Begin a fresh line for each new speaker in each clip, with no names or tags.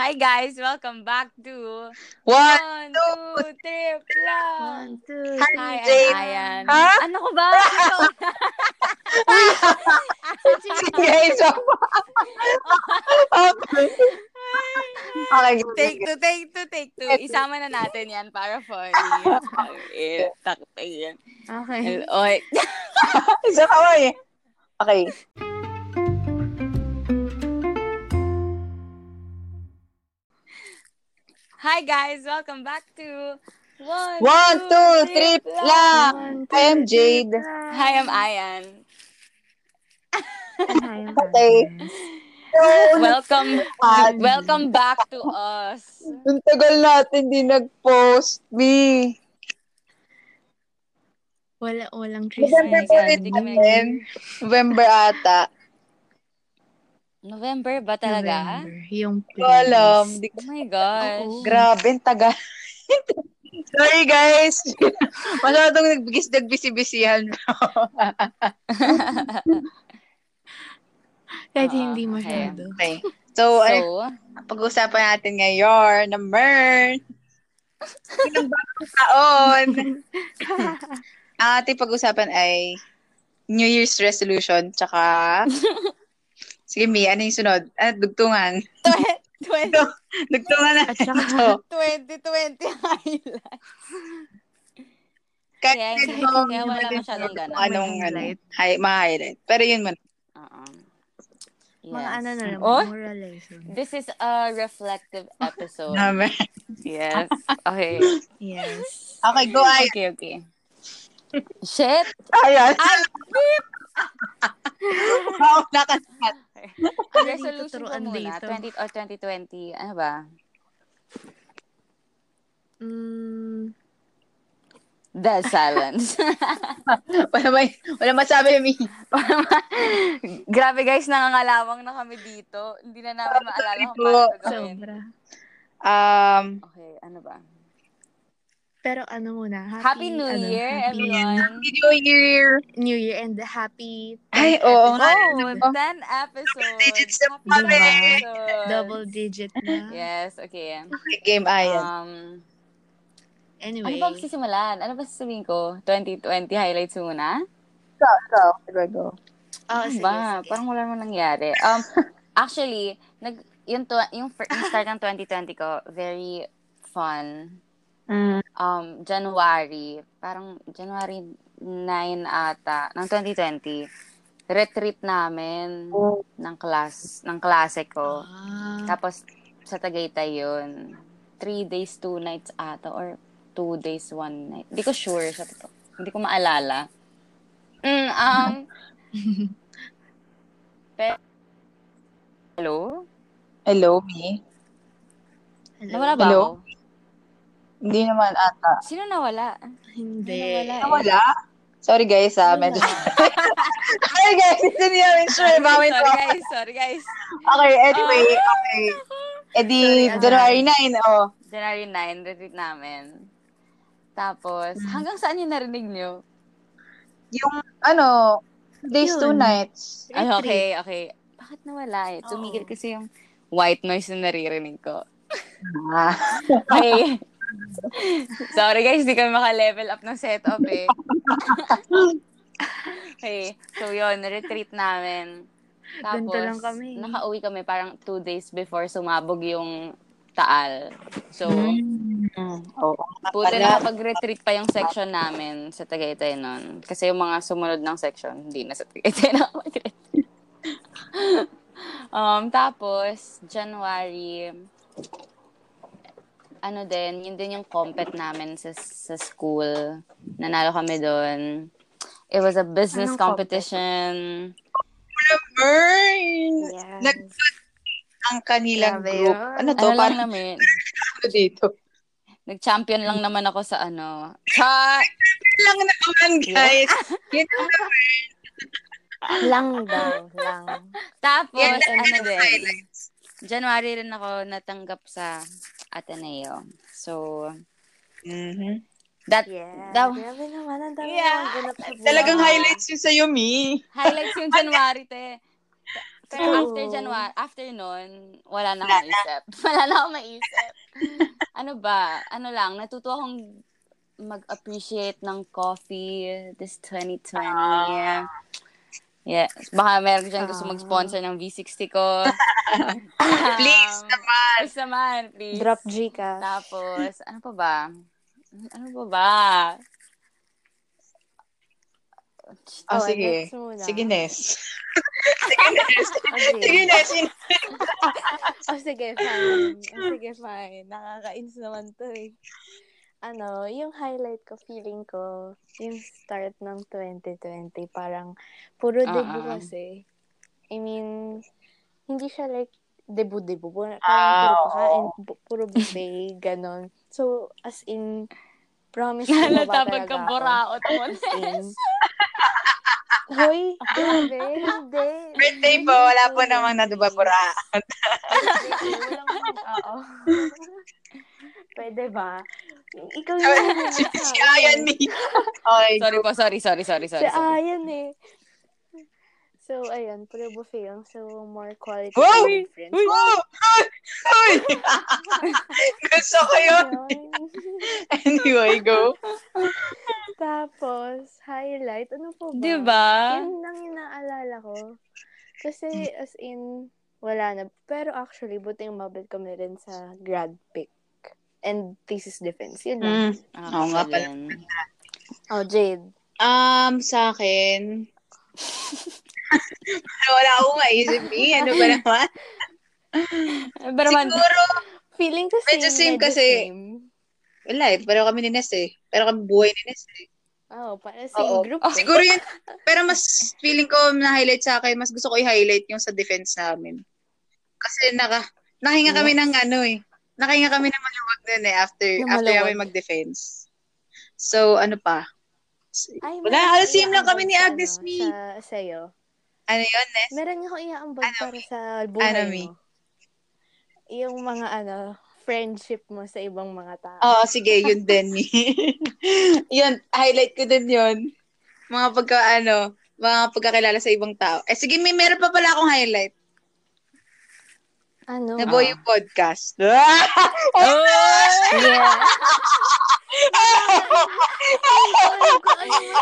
Hi guys, welcome back to
What?
One,
two,
Two, Three, Plan.
two,
Hi,
Hi, I'm
Jane.
Ayan.
Ha?
Ano ko ba? Ano?
Sige, so. okay. Okay, go,
take
go,
two, take two, take two. Isama na natin yan para funny. Taktakin.
Okay.
Oy.
go. Isa ka ba eh. Okay.
Hi guys, welcome back to One,
One, two, three,
Plan.
la.
One,
I am Jade.
Hi, I'm Ayan.
Hi, I'm
Okay.
Welcome,
Ah,
welcome back to us.
Ang tagal natin di nag-post, B.
Wala, walang Chris.
November
my God,
ulit
hindi ko
natin. November ata.
November ba talaga?
November, Yung
Hindi ko alam. Di ko-
Oh my gosh.
Oo.
Grabe, ang tagal. Sorry, guys. Masyadong nagbigis nagbisi-bisihan.
Kahit
Oo,
hindi
okay.
masyado.
Okay. So,
So,
ano pag-uusapan natin ngayon na MERN. Ilang bagong taon. Ang ating pag-usapan ay New Year's resolution, tsaka... Sige, Mi, ano yung sunod? Ah, dugtungan.
20,
Dugtungan na.
At saka,
2020
Ito.
highlight. Kaya-
Kahit medyo
kaya
hindi
wala
natin
masyadong
sure kung
ganun.
Anong,
May
ano,
highlight.
hi, mga highlight. Pero yun man.
Oo. Yes.
mga ano na lang,
Oh,
moral lesson.
this is a reflective episode.
Naman.
yes. Okay.
Yes.
Okay, go ay.
Okay, okay. Shit.
Ayan.
Ay,
Wow, nakasat.
resolution ko
tuturuan
muna.
dito?
20 or 2020. Ano ba?
Mm,
The silence.
Wala, may, wala masabi, Mi.
Grabe guys, nangangalawang na kami dito. Hindi na namin maalala kung paano ito gawin.
sobra.
Um,
Okay, ano ba?
Pero ano muna, happy,
Happy New
ano,
Year,
happy
everyone!
New Year.
New Year and happy
Ay,
tenth
oo nga.
episode.
Oh, 10 episodes!
Digits na
Happy
pala eh.
episodes.
Double digit na.
Yes, okay.
May game, Ah, ayan.
Um, ano
Anyway.
ba magsisimulan? Ano ba sasabihin ko? 2020 highlights muna?
Ikaw, ikaw. Ikaw, go.
oh,
Ano
sige,
ba?
sige.
Parang wala naman nangyari. Um, actually, nag, yung, to, yung, fir- yung start ng 2020 ko, very fun. um, January, parang January 9 ata, ng 2020, retreat namin
Oh.
ng class, ng klase ko.
Ah.
Tapos, sa Tagaytay yun. Three days, two nights ata, or two days, one night. Hindi ko sure sa totoo. Hindi ko maalala. Mm, um, pe- Hello?
Hello, Mi.
Hello?
Nawala ba
Hello?
ako?
Hindi naman ata.
Sino nawala?
Hindi.
Nawala eh.
Nawala? Sorry guys, ah, medyo... Sorry guys, hindi niya rin sure. Bawin
sorry
ko.
guys, sorry guys.
Okay, anyway, okay. E di,
Sorry, ah.
January 9, oh.
January 9, retreat namin. Tapos, hanggang saan yung narinig nyo?
Yung, ano, days
Yun.
two nights.
Ay,
Retreat.
okay, okay. Bakit nawala eh?
Oo.
Tumigil kasi yung white noise na naririnig ko.
Ah.
Okay. Sorry guys, di kami maka-level up ng setup eh. okay, so yun, retreat namin. Tapos,
Ganito lang kami.
nakauwi kami parang two days before sumabog yung taal. So,
Hmm.
Mm, Oo.
Buti na
Wala.
pag-retreat pa yung section namin sa Tagaytay nun. Kasi yung mga sumunod ng section, hindi na sa Tagaytay na mag-retreat. um, tapos, January, ano din, yun din yung compet namin sa, sa school. Nanalo kami doon. It was a business
Anong compet?
competition.
Burn!
Yes.
Nag- Ang kanilang
Grabe
group.
yun.
Ano
Ano
to?
lang
Parang
namin,
ano dito?
nag-champion lang naman ako sa ano. Sa,
Lang naman, guys. Yun ang
Lang daw. Lang.
tapos,
Yan lang
ano
yung
din,
highlights.
January rin ako natanggap sa Ateneo. So,
Mhm.
that,
Yeah.
that
Grabe naman. Ang dami
Yeah.
mga ganap sa buhay.
Talagang highlights yun sa'yo, Mi.
highlights yung January, te. Pero
True.
after January, after nun, wala na
Wala
akong maisip. Wala na akong maisip. ano ba? Ano lang, natuto akong mag-appreciate ng coffee this 2020. Yes. Baka meron dyan gusto
Ah.
mag-sponsor ng V60 ko.
Please
Um,
naman.
Please naman, please.
Drop G ka.
Tapos, ano pa ba? Ano pa ba?
Oh,
Oh,
sige.
next muna.
Sige, Nes. sige, Nes. Sige, Nes. Yun-
Oh, sige, fine. Oh, sige, fine. Nakakainis naman to eh. Ano, yung highlight ko, feeling ko, yung start ng 2020, parang puro
Ah,
debut
ah, ah.
kasi. I mean, hindi siya like
Ah,
debut-debut. Puro, parang puro
oo.
pakain, bu- puro buffet, ganon. So, as in, promise ko
Kala
ba
tapag
talaga
ka
ako?
boraot mo.
As in. Hoy, grabe, hindi.
Birthday po. Wala po namang nadubabura.
Oo. Pwede ba? Ikaw eh. yung
si si Ayan me. Okay.
sorry po, sorry, sorry, sorry,
Si
sorry. sorry.
Ayan eh. So, ayun, puro buffet yun. So, more quality
Wow!
time with friends.
Oh! Ay! Ay! Gusto ko yun.
Ayun.
Anyway, go.
Tapos, highlight, ano po ba?
Di ba?
Yun lang yung naalala ko. Kasi, as in, wala na. Pero actually, buti umabot kami rin sa grad pick and thesis defense.
Mm.
Yun lang.
Ah,
Oo nga pala.
yun.
Oh, Jade.
Um, sa akin, wala akong maisip eh. Ano ba naman?
Pero man,
Siguro,
Feeling ko same.
Medyo same kasi.
same.
wala eh. Pero kami ni Nes eh. Pero kami buhay ni Nes eh.
Oo, para same
Oo.
group.
Oh,
eh.
Siguro yun. Pero mas feeling ko na-highlight sa akin, mas gusto ko i-highlight yung sa defense namin. Kasi naka, nakahinga kami ng ano eh. Nakahinga kami ng maluwag nun eh after,
Ng
after
maluwag.
kami mag-defense. So, ano pa? S-
Ay,
Wala,
meron
alas
akong
same lang kami ni
iaambag sa
Agnes
ano,
Mi.
Sa, sa'yo.
Ano yun, Nes?
Meron ako iaambag
Ano,
para sa buhay
Ano, Mi?
mo. Yung mga ano, friendship mo sa ibang mga tao.
Oo, sige, yun din. Mi. yun, highlight ko din yun. Mga pagka, ano, mga pagkakilala sa ibang tao. Eh, sige, may meron pa pala akong highlight.
Ano?
Na
Ah.
boy yung podcast. Ah!
yeah.
Alam ko, ano yun?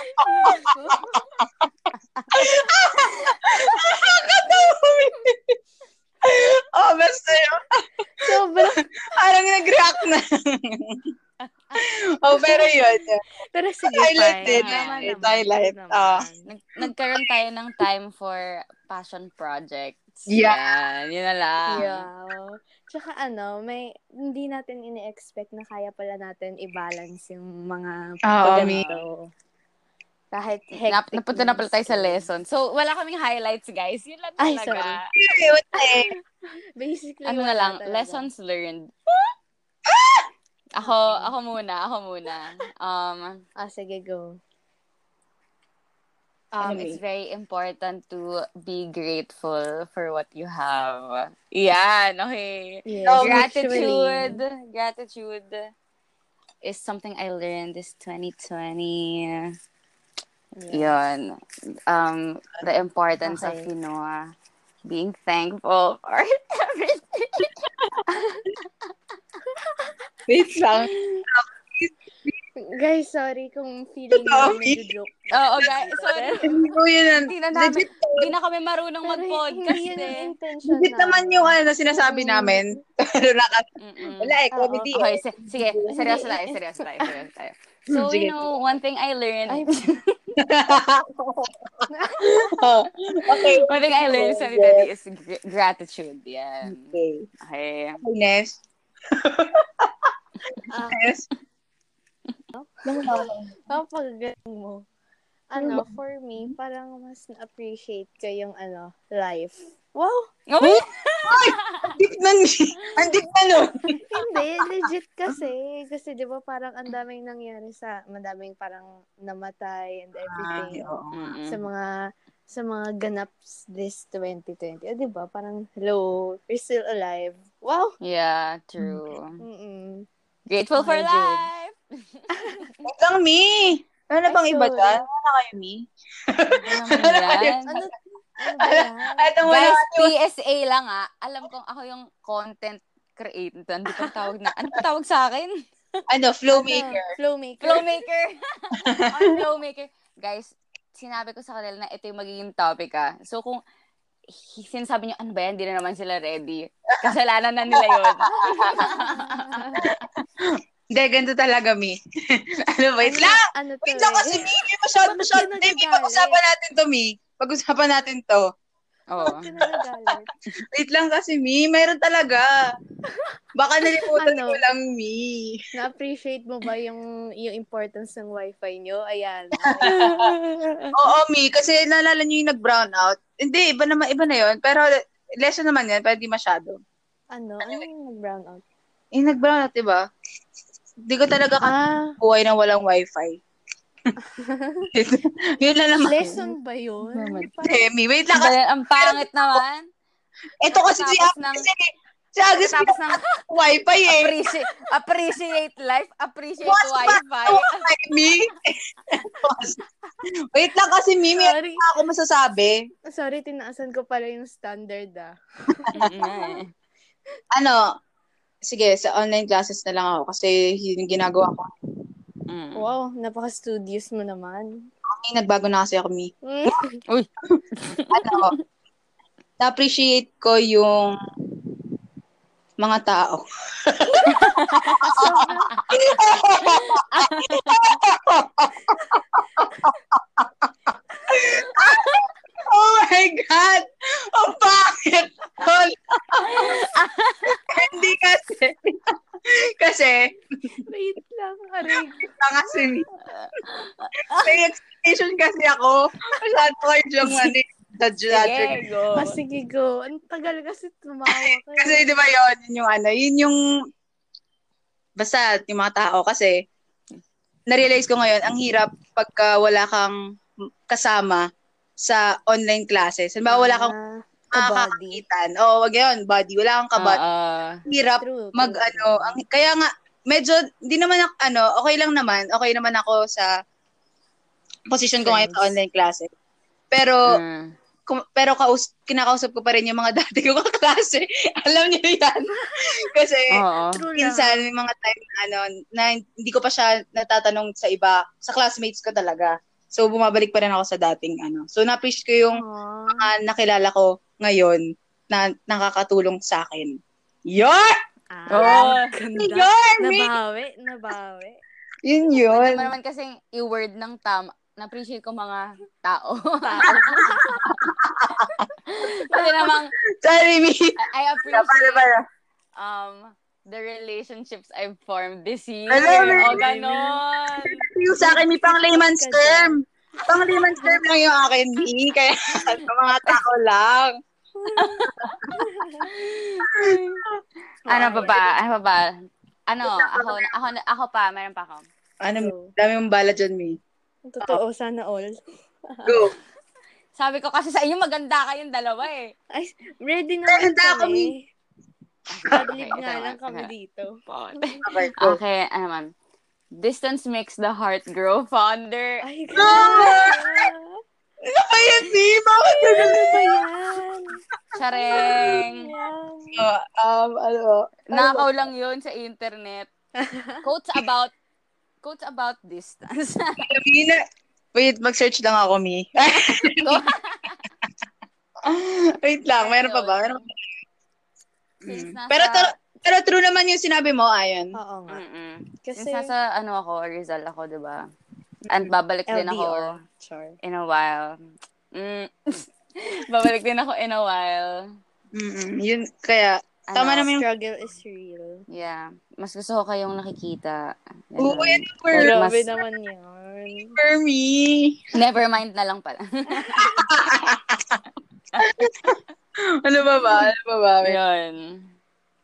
oh, basta yun.
Sobrang.
Parang nag-react na. oh, pero yun. yun.
Pero sige,
Highlight
fine.
din.
Tama
naman,
It's
naman.
highlight.
Tama
Ah.
naman.
Nag- nagkaroon tayo ng time for passion projects.
Yeah.
Yan, yun na lang.
Yeah. Tsaka ano, may hindi natin ini-expect na kaya pala natin i-balance yung mga pagganito. Oh, Kahit hectic.
Nap- napunta na pala tayo sa
minsan.
lesson. So, wala kaming highlights, guys. Yun lang
Ay,
talaga.
Yun eh.
Basically,
Ano
wala
na lang,
talaga. Ah!
lessons learned. Ako, ako muna, ako muna. Um,
Ah, sige, go.
um,
Ano
it's
eh?
very important to be grateful for what you have. Yan, okay.
Yes,
No,
gratitude. Gratitude is something I learned this 2020. Yun. Um, the importance of,
Okay.
you know, uh, being thankful for everything.
Wait lang.
Guys, sorry kung feeling
Totoo,
na medyo joke.
Oo, guys. Sorry.
Hindi ko yun.
Hindi na namin,
Legit,
hindi na kami marunong
Pero
mag-podcast
hindi yun
eh.
ang intention
legit naman yung ano, sinasabi
Mm.
namin. Pero naka,
Mm-mm.
wala eh,
Oo.
comedy
Okay,
eh.
si- sige, Hmm, seryoso tayo, seryoso tayo, seryoso tayo. So,
Sige.
you know, one thing I learned,
Ay,
Oh. okay.
one thing I learned sa Daddy is gr- gratitude. Yan.
Okay.
Okay.
Ines.
Ah.
Ines. ano.
Napakagaling mo. Ano, for me, parang mas na-appreciate ko yung ano, life. Wow!
Oh,
Andik na ni- Andik na nun.
Hindi, legit kasi. Kasi di ba parang ang daming nangyari sa, madaming parang
Ah,
namatay and everything.
Mm-mm.
Sa mga, sa mga ganaps this 2020. O, di ba? Parang, hello, we're still alive. Wow!
Yeah, true.
Mm-mm.
Grateful for
Okay, Jade.
life!
Huwag kang me. Ano na
Ay,
bang iba
sorry.
dyan? Ano na kayo me?
Ano naman ano. yan?
Ano, Ano ba yan?
Anong wala?
Guys, PSA lang ah. Alam kong ako yung content creator. Hindi ko tawag na. Ano pa tawag sa akin?
Ano, flow
Ano?
maker.
Flowmaker.
Flowmaker. I'm flowmaker. Guys, sinabi ko sa kanila na ito yung magiging topic ah. So kung hi- sinasabi niyo, ano ba yan? Hindi na naman sila ready. Kasalanan na nila yun.
Hindi, ganito talaga, Mi. ano, wait lang!
Ano to
Wait lang
eh?
kasi, Mi, Mi, masyado,
Bakit
masyado.
ka
Hindi, Mi,
nagagalit?
pag-usapan natin to, Mi. Pag-usapan natin to.
Oo.
Bakit ka nagagalit?
Wait lang kasi, Mi. Meron talaga. Baka nalimutan
Ano?
ko lang, Mi.
Na-appreciate mo ba yung yung importance ng wifi nyo? Ayan.
Oo, Mi. Kasi naalala niyo yung nag-brown out. Hindi, iba naman, iba na yun. Pero lesson naman yan, pero di masyado.
ano? Ano yung brown out?
Yung nag-brown out, di ba? Di ko talaga ka
Ah,
buhay na walang wifi. yun na naman.
lesson ba yun?
Naman.
Parang-
Demi, wait lang.
Ang dali- Ang pangit naman.
Ito kasi si
Tapos ng-
Agnes. Ng... Si Agnes
Tapos ng
wifi eh.
appreciate, appreciate life, appreciate
What's
wifi.
Ay, Mi. wait lang kasi, Mi. Meron
Sorry.
pa ako masasabi.
Sorry, tinaasan ko pala yung standard ah.
Mm, eh.
Ano, sige, sa online classes na lang ako kasi yun yung ginagawa ko.
Mm.
Hmm.
Wow, napaka-studious mo naman.
Mi, nagbago na kasi ako, Mi.
Mm.
Ano, na-appreciate ko yung mga tao. oh my God! Ang pangit! Tol. Hindi kasi. kasi,
Wait lang, arig.
lang kasi ni. May expectation kasi ako. Masyado kayo diyang mali. Judge,
Sige, go.
Ah, sige, go. Ang tagal kasi tumawa ka.
Kasi di ba yun, yun yung ano, yun yung, basta yung mga tao kasi, narealize ko ngayon, ang hirap pagka wala kang kasama sa online classes. Halimbawa, wala kang
Ah, kabady.
makakakitan. Oo, wag yun, buddy. Wala kang kabad.
Ah,
Ang hirap
True.
mag
true,
ano, ang, kaya nga medyo hindi naman ako ano, okay lang naman. Okay naman ako sa position ko ngayon sa
Friends.
online classes.
ah.
Pero
Mm.
kum- pero kaus- kinakausap ko pa rin yung mga dati kong kaklase. Alam niyo 'yan. Kasi
Oh.
Oo.
um,
True lang.
minsan may mga time na ano, na hindi ko pa siya natatanong sa iba, sa classmates ko talaga. So bumabalik pa rin ako sa dating ano. So na-appreciate ko yung
Aw.
mga nakilala ko ngayon na nakakatulong sa akin. Yon!
Oh,
Ah, ganda.
Yon! May-
Nabawi, nabawi.
Yun
Pwede
yun.
mo naman kasing i-word ng tam. Na-appreciate ko mga tao.
Tao.
Kasi namang,
Sorry, Mi.
I- I
Para,
appreciate
para.
um, the relationships I've formed this year.
Hello, baby.
O, ganon.
Yung sa akin, Mi, pang layman's
Ka
term. Pang layman's term lang yung akin, Mi. Kaya sa mga tao lang.
ano pa ba? Ano pa ba? Ano, ako, ako, ako pa, meron pa ako.
Ano,
Go.
dami mong bala dyan, Mi.
Totoo, sana all.
Go.
Sabi ko kasi sa inyo, maganda kayong dalawa eh.
Ay, ready naman
Ganda
kami. Adlib
Okay,
nga
ito
lang
na,
kami
ito na.
dito.
Okay, go.
Okay, ano man. Distance makes the heart grow fonder.
Ay, grabe.
Ano ba yan, Mi? Bakit na
Ano ba yan?
Charing!
Wow.
Um, ano?
Nakaw lang yun sa internet. Quotes about quotes about distance.
Mi na. Wait, mag-search lang ako, Mi. Wait lang, meron pa ba? Meron pa.
Since
Mm.
nasa-
Pero, tru- pero true naman yung sinabi mo, Ayon.
Oo nga.
Mm-mm. Since
Kasi,
nasa ano ako, Rizal ako, di ba? At
Ano
babalik din ako
LDR. Char.
in a while. Mm. babalik din ako in a while.
Mm-mm. Yun, kaya,
Ano,
tama naman yung...
Struggle is real.
Yeah. Mas gusto ko kayong nakikita.
Oo,
Ganun.
yan yung
Pero
word
mas-
Grabe naman yun.
for me.
Never mind na lang pala.
Ano ba ba? Ano ba ba?
Yun.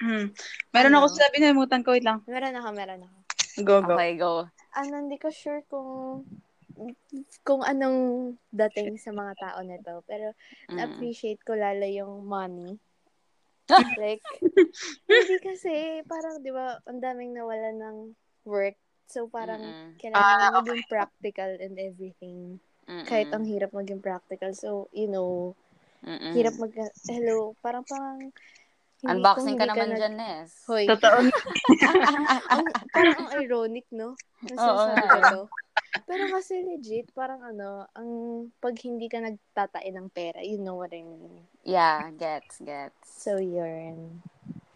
Hmm. Meron
Ano?
ako sabi, nalimutan ko. Wait lang.
Meron ako, meron ako.
Go, go.
Okay, go.
Ano, hindi ko sure kung kung anong dating sa mga tao nito. Pero,
Mm.
appreciate ko lalo yung money. like, hindi kasi, parang, di ba, ang daming nawala ng work. So, parang,
Mm-mm.
kailangan
Ah,
maging practical and everything.
Mm-mm.
Kahit ang hirap maging practical. So, you know,
Mm-mm.
Hirap mag... Hello, parang parang... hindi
Unboxing ka
kung
naman
hindi nag-
dyan, Nes.
Hoy,
Totoo.
ang, parang ang ironic, no? Ang
Oo
sinasabi
nga.
ko to. Pero kasi legit, parang ano, ang pag hindi ka nagtatae ng pera, you know what I mean.
Yeah, gets, gets.
So, yun.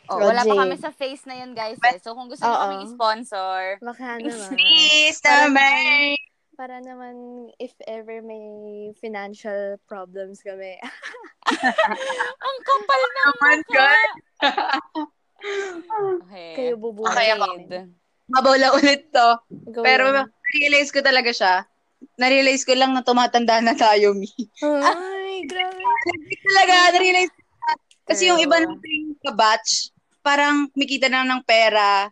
Oh, wala pa
Roger.
kami sa face na yun, guys. Eh. So, kung gusto niyo
Oo.
kaming sponsor,
Baka naman.
Please, number.
Para naman, if ever may financial problems kami.
ang kapal na
Oh my God.
Okay.
Kayo bubuhay.
Okay, ako.
Agreed.
Mabawla ulit to.
Go
Pero
on.
realize ko talaga siya. Narealize ko lang na tumatanda na tayo, Mi.
Ay, grabe.
talaga, narealize ko. na. Kasi yung
True.
iba nating kabatch, parang kumikita na ng pera.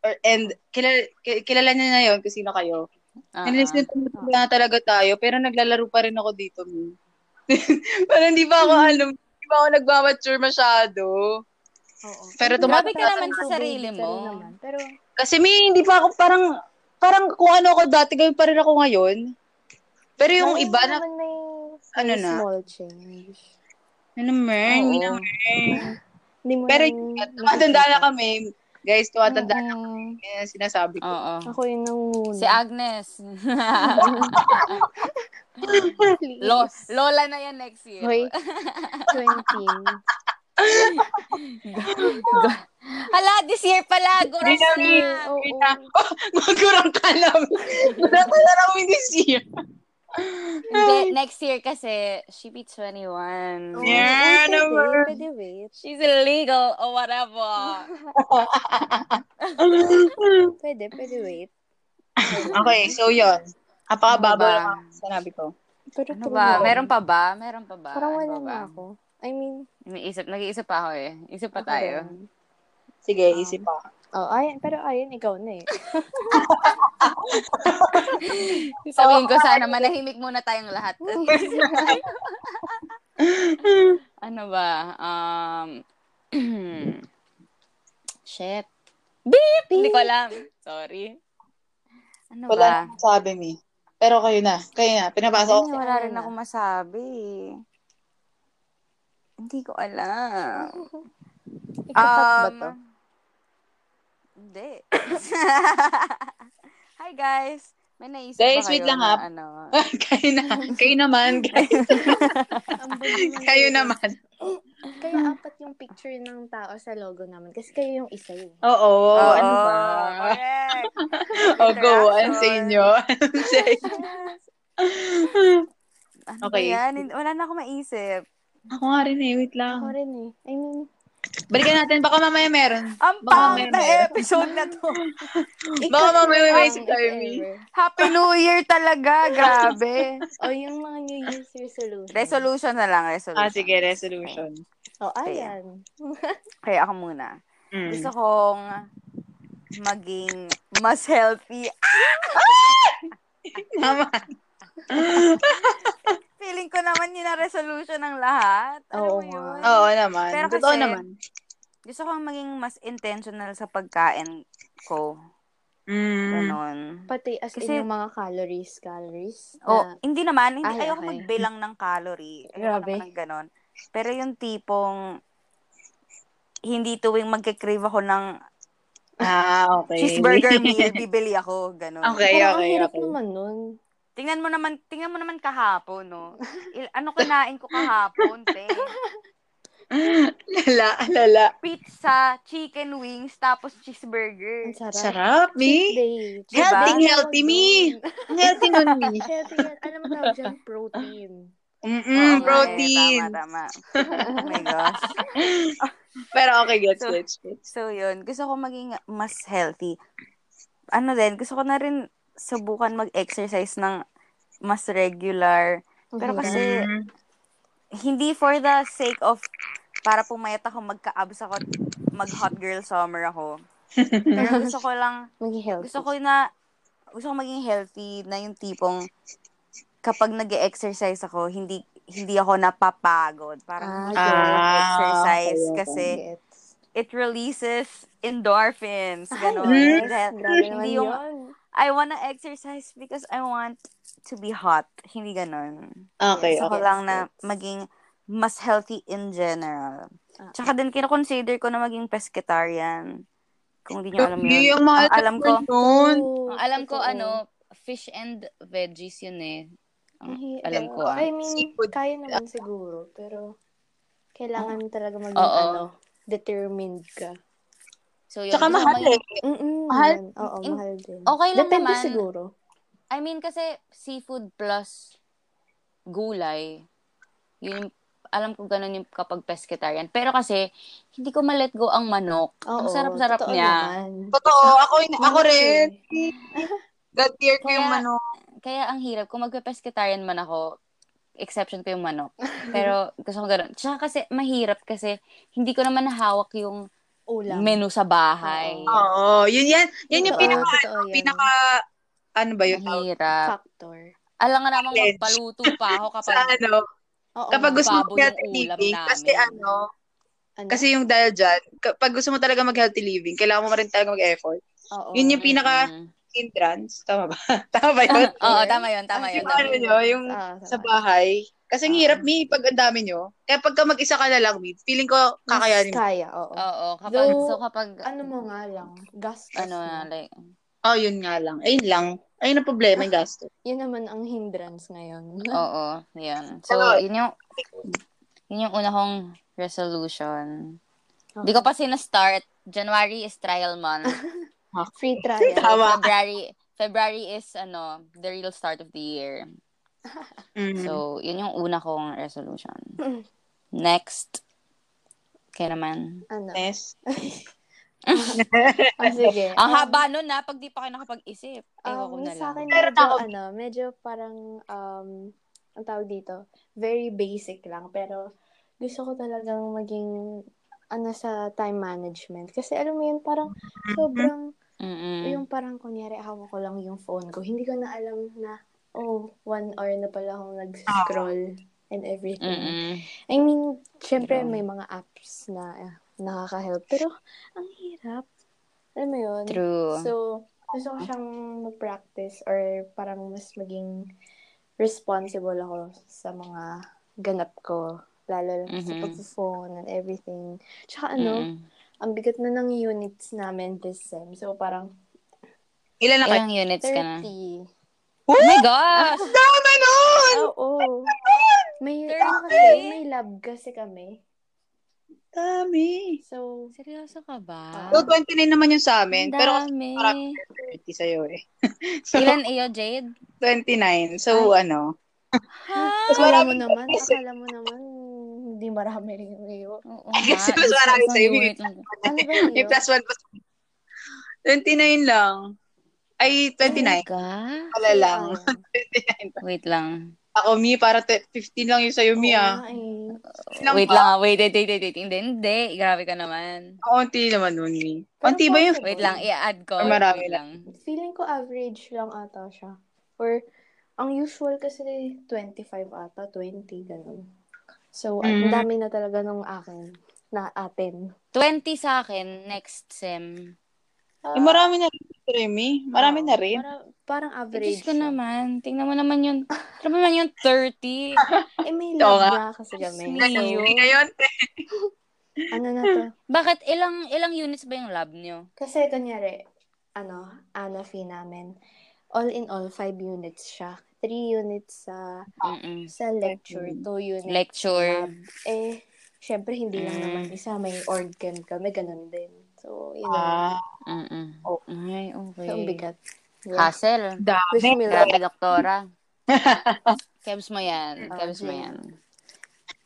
Or, and kilala, ki- kilala niya na yun kung sino kayo.
Ah,
Narealize ko
ah.
na tumatanda na talaga tayo, pero naglalaro pa rin ako dito, Mi. parang hindi pa ako, alam, hindi pa ako nagmamature masyado.
Oo.
Grabe
Pero
ka
tumatanda
naman sa
Ikaw,
sarili
baby, ka rin
mo.
naman. Pero,
Kasi may hindi pa ako parang parang kung ano ako dati gawin pa rin ako ngayon. Pero yung
Parang
iba na
naman may,
Ano
may
na?
small change.
ano man,
Oo.
minamay.
Hindi mo
Pero
lang
tumatanda na kami. Guys, tumatanda na
Oo.
kami. Yan ang sinasabi ko.
Oo.
Ako yung nangunguna.
Si Agnes.
Please.
Lo, lola na yan next year.
Hoy, 20.
Go- Hala, this year pala. Gurang
Hindi na,
na.
Oo.
Wait na. Oh, magurang ka namin. Magurang ka na namin this year.
Hindi, next year kasi, she be 21.
Oh.
Yeah.
Ay, pwede,
naman.
Pwede, wait.
She's illegal or whatever.
Pwede, pwede, wait.
okay, so yun.
Ano
Apakababaw
ba?
lang ang sinabi ko.
Pero
Ano ba?
true.
Meron pa ba? Meron pa ba?
Parang wala
Ano ba?
na ako. I mean,
May isip, nag-iisip pa ako eh. Isip pa
ako
tayo.
rin.
Sige, isip pa.
Oh, ayun, pero ayun, ikaw na eh.
Sabihin ko sana, manahimik muna tayong lahat. ano ba? Um, shit. Beep! Hindi ko alam. Sorry. Ano ba?
Wala nang sabi, Mi. Pero kayo na. Kayo na. Pinapasa
Ay,
ko.
wala rin ako masabi. Hindi ko alam.
Ikapat ba to?
Um, Hindi. Hi guys! May naisip
Guys,
ba kayo
wait lang,
na
ah.
ano?
kayo na. Kayo naman. Kayo,
Ang bugis ng
kayo
isa.
naman.
Kaya apat yung picture ng tao sa logo namin. Kasi kayo yung isa eh. yun.
Oo.
Oo,
ano ba?
Correct!
O, go. Ano sa
Interaction.
inyo? Ano sa
Yes.
inyo?
Ano
Okay.
ba yan? Hin- Wala na akong maisip.
Ako nga rin eh. Wait lang.
Ako rin eh. I mean,
Balikan natin. Baka mamaya meron.
Ang
Baka
pangit
meron.
na episode na to.
Baka mamaya may
Ang
maisip tayo, Mi.
ever.
Happy New Year talaga. Grabe.
O yung mga New Year's resolution.
Resolution na lang. Resolution.
Ah, sige. Resolution.
O, Oh, ayan.
mm. Okay, ako muna.
Mm.
Gusto kong maging mas healthy.
Naman.
Feeling ko naman yun ang resolution ng lahat.
Oo
Alam mo
nga.
yun?
Oo naman.
Pero
Totoo
kasi-
naman.
Gusto kong maging mas intentional sa pagkain ko. Ano?
Mm.
Ganon.
Pati as
Kasi-
in yung mga calories, calories.
Oh,
na-
hindi naman. Hindi,
Ay,
ayoko
okay.
magbilang ng calorie. Ayoko
Grabe.
naman ng ganon. Pero yung tipong, hindi tuwing magkikrave ako ng
Ah, okay.
cheeseburger meal, bibili ako. Ganon.
Okay,
Parang ang
okay,
hirap
okay.
naman nun.
Tingnan mo naman, tingnan mo naman kahapon, no? Il- ano kinain ko kahapon, te?
Lala, lala.
Pizza, chicken wings, tapos cheeseburger.
Ang sarap.
Sarap,
Cheat
Mi.
day.
Diba?
Healthy,
Ang
healthy,
tawag
Mi.
dun.
Ang healthy nun, Mi.
healthy yan. Ano mo tawag dyan? Protein.
Oo
Mm-mm,
Mm,
nga eh,
protein.
Tama, tama. Oh my gosh.
Pero okay, gets,
So-
gets, gets.
So, yun. Gusto ko maging mas healthy. Ano din, gusto ko na rin subukan mag-exercise ng mas regular. Pero
Ang
kasi-
hirap.
Mm.
Hindi for the sake of para pumayat ako, magka-abs ako, mag-hot girl summer ako.
Mm-hmm.
Pero gusto ko lang,
maging healthy.
gusto ko na, gusto ko maging healthy na yung tipong kapag nag exercise ako, hindi hindi ako napapagod. Parang
Ah,
gusto ko
okay.
exercise
Ah, okay,
kasi
Gets.
it releases endorphins. Ganon.
Ah, yes.
Dahil
Grabe naman
Hindi yung,
yun.
I wanna exercise because I want to be hot. Hindi ganon.
Okay,
Gusto ko
okay.
lang na maging mas healthy in general.
Ah.
Tsaka din, kinoconsider ko na maging pescatarian. Kung hindi niyo alam yun.
Yung mahal
Ang alam ko,
Nun.
Oo,
ang alam ko,
totoo.
ano, fish and veggies yun eh. Ang
Ang hirap.
alam ko, ah.
I mean,
Seafood.
kaya naman siguro, pero kailangan talaga maging
Oo.
ano, determined ka.
So, yun,
Tsaka
yun ang
mahal
may-
eh.
Mm-mm,
Mahal.
yun. Oo,
In-
mahal din.
Okay lang
Depende
naman.
siguro.
I mean, kasi seafood plus gulay, yun, yung- alam ko ganun yung kapag pescatarian. Pero kasi, hindi ko ma-let go ang manok.
Oo,
ang sarap-sarap
totoo
niya.
naman.
Totoo, ako, ako
Malaki.
rin. God tier ko
Kaya-
yung ano. manok.
Kaya ang hirap, kung magpe-pescatarian man ako, exception ko yung manok. Pero gusto ko ganun. Tsaka kasi, mahirap kasi hindi ko naman nahawak yung
Ulam.
menu sa bahay.
Oo.
Oo, yun yan. Yan yung
Oo,
pinaka,
totoo yan.
pinaka, ano ba yun? tawag?
Mahirap.
factor.
Alam nga namang
Challenge.
magpaluto pa ako
Sa
kapag
ano,
Oo,
kapag
nga.
gusto mo
babo yung
mag-healthy
ulam
living, kasi
namin.
ano,
Ano?
kasi yung dahil dyan, kapag gusto mo talaga mag-healthy living, kailangan mo rin talaga mag-effort.
Oo.
yun yung pinaka
Mm-mm.
entrance, tama ba? tama ba yun?
Oo, tama yun, tama yun.
yung
tama
ano
yun.
nyo, yung
Ah,
sa
tama.
bahay. Kasi ang
Oo.
hirap, Mi, pag ang dami nyo. Kaya pagka mag-isa ka na lang, Mi, feeling ko
Mas
kakayanin mo.
Kaya, oo.
Oo, kapag,
Though,
so kapag,
ano mo nga lang, gastos
mm. ano na,
na.
like,
Oh, yun nga lang. Ayun lang. Ayun ang problema, yung gasto.
Yun naman ang hindrance ngayon.
oo, yun. So,
Ano?
yun yung, yun yung una kong resolution.
Oo.
Hindi ko pa sinastart. January is trial month.
Free trial.
Tama.
February, February is, ano, the real start of the year. So, yun yung una kong resolution.
Mm.
Next. Kaya naman.
Ano?
Yes.
Ah, sige.
Ang
Um,
haba nun na, pag di pa kayo nakapag-isip. Ewan
um,
ko na
sa akin,
lang.
Meron
medyo,
ako.
ano, medyo parang, um, ang tawag dito, very basic lang. Pero, gusto ko talagang maging, ano, sa time management. Kasi, alam mo yun, parang, sobrang,
Mm-mm.
yung parang, kunyari, hawak ko lang yung phone ko. Hindi ko na alam na, oh, one hour na pala akong nag-scroll and everything.
Mm-mm.
I mean, syempre
True.
may mga apps na eh, nakaka-help. Pero, ang hirap. Alam mo yun?
True.
So, gusto ko siyang mag-practice or parang mas maging responsible ako sa mga ganap ko. Lalo na sa
Mhm.
pag-phone and everything. Tsaka ano,
Mm-mm.
ang bigat na ng units namin this sem. So, parang
Ilan na kayo?
Ilang units ka na?
30.
Oh my Oh. gosh!
Dami nun!
Ah, Oo. May, ano kasi, may lab kasi kami.
Dami.
So,
Seryoso ka ba?
So, 29 naman yung sa amin.
Ang
Pero kasi
dami.
marami 30 sa'yo eh. So,
Ilan Ah, iyo, Jade?
29. So, ano?
Ha?
Mas
Akala mo
marami
naman,
kasi.
akala mo naman, hindi marami rin yung iyo.
Oo
I guess
nga.
mas marami
Isang
sa'yo.
unit lang.
Ano ba
May
yung iyo?
plus 1 pa. 29 lang. Ay,
Oh my
29.
God.
Pala lang.
Ah, yan.
29.
Wait lang.
Ako, Mi, para te- 15 lang yung sa'yo, Mi,
Oo
ah.
nga eh.
Lang
Wait
ba?
lang. ah. Wait, wait, wait, wait, wait. Hindi, hindi. Grabe ka naman.
Kaunti naman nun, Mi.
Pero
Kaunti ba yung...
possible.
Wait lang. I-add ko.
Or marami
Wait lang.
Feeling ko average lang ata siya. Or, ang usual kasi 25 ata, 20, ganun. So, ang
Mm.
dami na talaga nung akin, na atin.
20 sa akin. Next sem.
Ah,
Eh, marami na rin, Mi. Marami
oo,
na rin.
Parang, parang
Ay,
average
Diyos ko
siya.
naman. Tingnan mo naman yun. Tingnan mo naman yung 30.
Eh, may
Oo
love
nga.
nga kasi kami.
Diyos
So,
me.
Hindi ngayon.
ano na to?
Bakit? Ilang ilang units ba yung lab niyo?
Kasi, kunyari, ano, ana fee namin, all in all, five units siya. Three units sa
Mm-mm.
sa lecture, two units
Lecture.
lab. Eh, syempre, hindi lang
Mm.
naman isa. May org chem kami, ganun din. So, you know,
Ah,
Mm-mm.
Oh.
Ay, okay.
so, ang bigat. Yeah.
Hassle.
Wish
dami.
me luck.
Grabe, doktora. Kebs mo yan.
Ah,
Kebs mo
sige.
yan.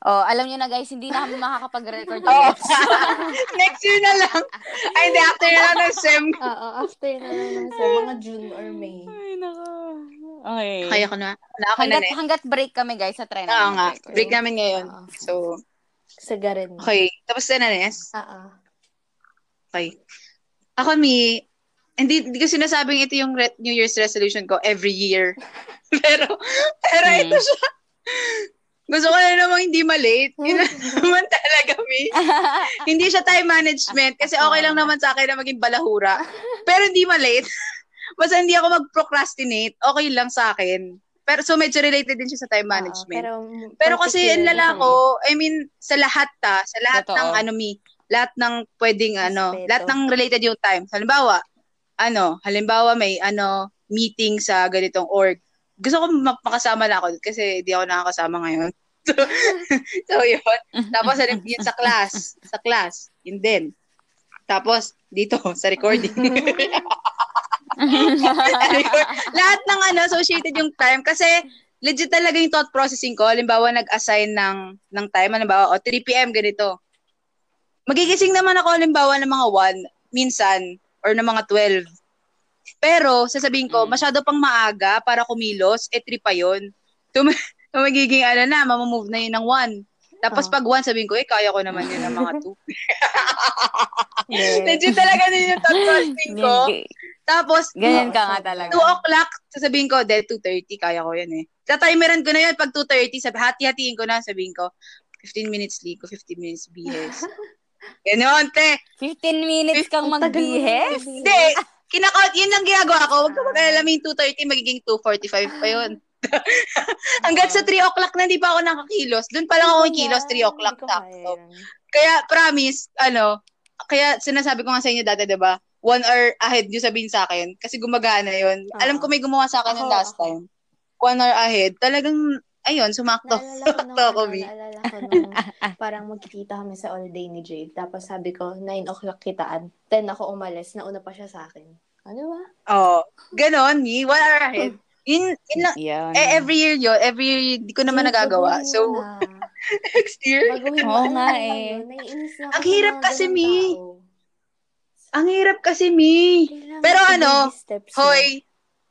Oh, alam niyo na guys, hindi na kami makakapag-record ulit.
Next year na lang. Ay, hindi. After na lang ng SEM.
Oo, after na naman sa mga June or May.
Ay, nako. Okay.
Kaya ko na. Wala ako na
hanggat,
na eh.
hanggat break kami guys, sa try
Oo
namin.
nga.
mag-record.
Break namin ngayon.
Oo.
So,
Sa garen.
okay. Tapos na na, Nes.
Oo.
Okay. Ako, Mi, hindi, hindi ko sinasabing ito yung re- New Year's resolution ko every year. pero, pero
Mm.
ito siya. Gusto ko na namang hindi malate.
Hmm.
Yun na naman talaga, Mi. hindi siya time management kasi okay lang naman sa akin na maging balahura. Pero hindi malate. Basta hindi ako mag-procrastinate, okay lang sa akin. Pero so medyo related din siya sa
Ah,
time management.
pero,
pero kasi ang
particular
lala
sa
ko, I mean, sa lahat ta, sa lahat
Totoo.
ng ano mi, lahat ng pwedeng ano,
Aspeto.
lahat ng related yung time. Halimbawa, ano, halimbawa may ano, meeting sa ganitong org. Gusto ko mak- makasama na ako kasi di ako nakakasama ngayon. So, so yun. Tapos halim- yun sa class, sa class, yun din. Tapos dito sa recording. Record. Ano lahat ng ano associated yung time kasi legit talaga yung thought processing ko. Halimbawa, nag-assign ng, ng time. Halimbawa, oh, o 3 p.m. ganito. Magigising naman ako, halimbawa, ng mga 1, minsan, or ng mga 12. Pero, sasabihin ko,
Mm.
masyado pang maaga para kumilos, eh 3 pa yun. Tum- magiging, ano na, mamamove na yun ng 1. Tapos
Ah.
Oh.
pag 1, sabihin ko, eh, kaya ko naman yun ng mga 2.
Yes.
Legit talaga din yung thought processing ko. Tapos,
Ganyan ka
Oo,
nga
sobra.
talaga.
2 o'clock, sasabihin ko, dahil 2.30, kaya ko yan eh. Tatimeran ko na yun, pag 2.30, sabi, hati-hatiin ko na, sabihin ko, 15 minutes league ko, 15 minutes BS. Ganon, te.
15 minutes kang
Ang tagal mo
magbihes.
ng
Hindi, kinakount, yun lang ginagawa ko. Huwag ka mag-alala, may 2.30, magiging 2.45 pa yun. Hanggat sa 3 o'clock na, di pa ako nakakilos. Doon pa lang ako
Hindi ko
kilos, 3
yan.
o'clock Oh.
Hindi ko
na. So,
kaya yan.
Kaya, promise, ano, kaya sinasabi ko nga sa inyo dati, di ba? One hour ahead yung sabihin sa akin. Kasi gumagana yun.
Oo.
Alam ko may gumawa sa akin yung
Ako,
last
ako.
time. One hour ahead. Talagang, ayun, sumakto.
Naalala ko nung,
Sakto ako,
ano,
Vi.
naalala ko nung parang magkikita kami sa all day ni Jade. Tapos sabi ko, 9 o'clock kitaan. 10 ako umalis, nauna pa siya sa akin. Ano ba?
Oo. Ganon, ni One hour ahead. In, in,
Yan.
Mm.
eh, every year yun. Every year, di ko naman
Jade,
nagagawa.
baguhin mo
So,
na.
next year.
Baguhin mo
Oo
na
nga
lang
eh.
yun. Naiinis na ako
Ang
sa
hirap
mga
kasi,
ganung
Mi.
tao.
Ang hirap kasi, Mi.
Kailangan
Pero
i-baby
ano,
steps na.
Hoy,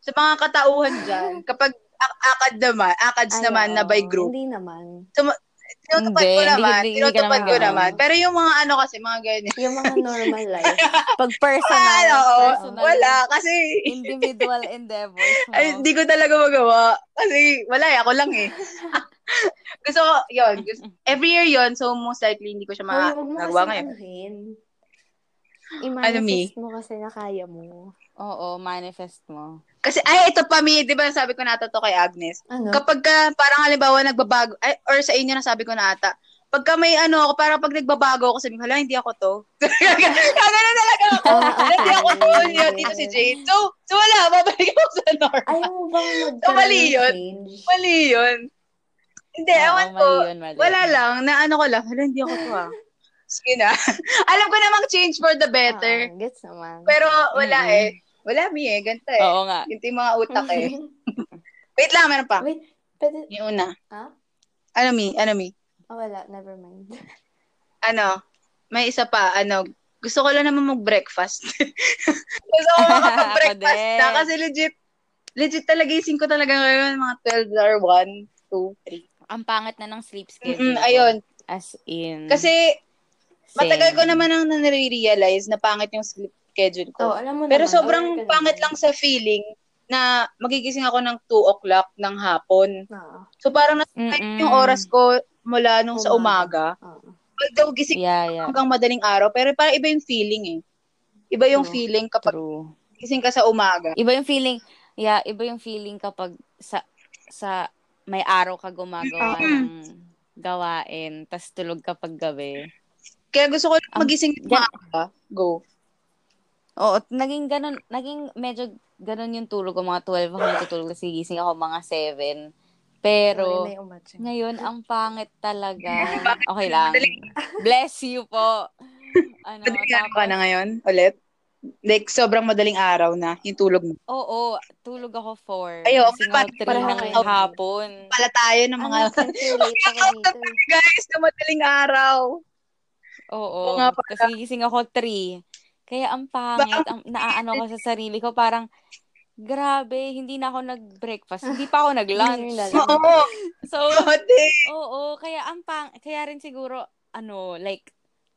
sa mga katauhan dyan, kapag ak- akad naman, akads
Ay,
naman na by
oo.
group,
Hindi naman.
Tinutupad
Hindi, hindi-
ko naman.
hindi- hindi ka
Tinutupad
naman
ko
ganun.
naman. Pero yung mga ano kasi, mga ganyan.
Yung mga normal life.
Pag personal,
Wala, oo.
personal,
wala. Kasi,
individual endeavors mo.
ay, hindi ko talaga magawa. Kasi, wala eh. Ako lang eh. gusto ko, yun. Gusto, every year yon So, most likely, hindi ko siya
Hoy, huwag mo
magagawa
kasi
ngayon.
anuhin.
eh. Ano, Mi?
I-manifest mo kasi na kaya mo.
Oo, manifest mo.
Kasi, ay, ito pa, Mi. Di ba sabi ko na ata to kay Agnes?
Ano?
Kapag ka, parang halimbawa nagbabago, ay, or sa inyo nasabi ko na ata, pagka may ano ako, parang pag nagbabago ako, sabi ko, hala, hindi ako to. Kagano talaga ako.
Ah, okay.
Hindi ako to, hindi ako dito si Jade. So, so wala, babalik ako sa normal.
Ayaw mo bang
So,
magkaroon
mali
ng
yun.
change?
Mali yun. Hindi,
Oo,
ewan ko.
mali yun, mali.
Wala lang, na ano ko lang, hala, hindi ako to ah. Sige na. Alam ko namang change for the better.
Ah, gets naman.
Pero wala
Mm-mm.
eh. Wala, Mi eh. Ganito eh.
Oo nga.
Ganito yung mga utak eh. Wait lang, meron pa.
Wait, pwede,
Yung una.
ah?
Ano, Mi? Ano, Mi?
Oh, wala, never mind.
ano, may isa pa, ano, gusto ko lang naman mag-breakfast. gusto ko makapag-breakfast
Ako din.
na kasi legit, legit talaga ising ko talaga ngayon, mga 12 or 1, 2, 3.
Ang pangit na ng sleep schedule.
Mm-mm, ayun.
As in.
Kasi,
same.
matagal ko naman ang nare-realize na pangit yung sleep schedule ko.
Oh, alam mo
Pero
naman, aware
sobrang
ka
pangit
naman.
lang sa feeling na magigising ako ng 2 o'clock ng hapon.
Oo,
So, parang
Mm-mm.
nasayang yung oras ko mula nung sa umaga.
Umaga. oo.
Although, gising
Yeah, yeah.
hanggang madaling araw. Pero parang iba yung feeling eh. Iba yung
True.
feeling kapag
True.
gising ka sa umaga.
Iba yung feeling, yeah, iba yung feeling kapag sa sa may araw ka gumagawa
Mm-mm.
ng gawain, tas tulog ka pag gabi.
Kaya gusto ko lang
Ang-
magising ng
yan-
maaga. Go.
Oo, at naging ganun, naging medyo ganun yung tulog ko, mga 12 ako natutulog, tapos gigising ako mga 7. Pero,
May umatching.
ngayon, ang pangit talaga. Okay lang. Bless you po. Ano,
Madaling araw ka na
tapos,
ngayon ulit? Like, sobrang madaling araw na yung tulog mo.
oo, tulog ako 4.
Ay, oo,
Gising ako
parang-
3
parang
ng
ako.
hapon.
Pala tayo ng mga
Ano, calculate ako dito. eh.
guys na madaling araw. Oo
Oo.
nga pala.
Tapos gigising ako 3. Kaya ang pangit, ang, naaano ko sa sarili ko, parang, grabe, hindi na ako nag-breakfast. Hindi pa ako nag-lunch.
Dinner na lang.
Oo.
So,
Kote.
oo, kaya ang pang, kaya rin siguro, ano, like,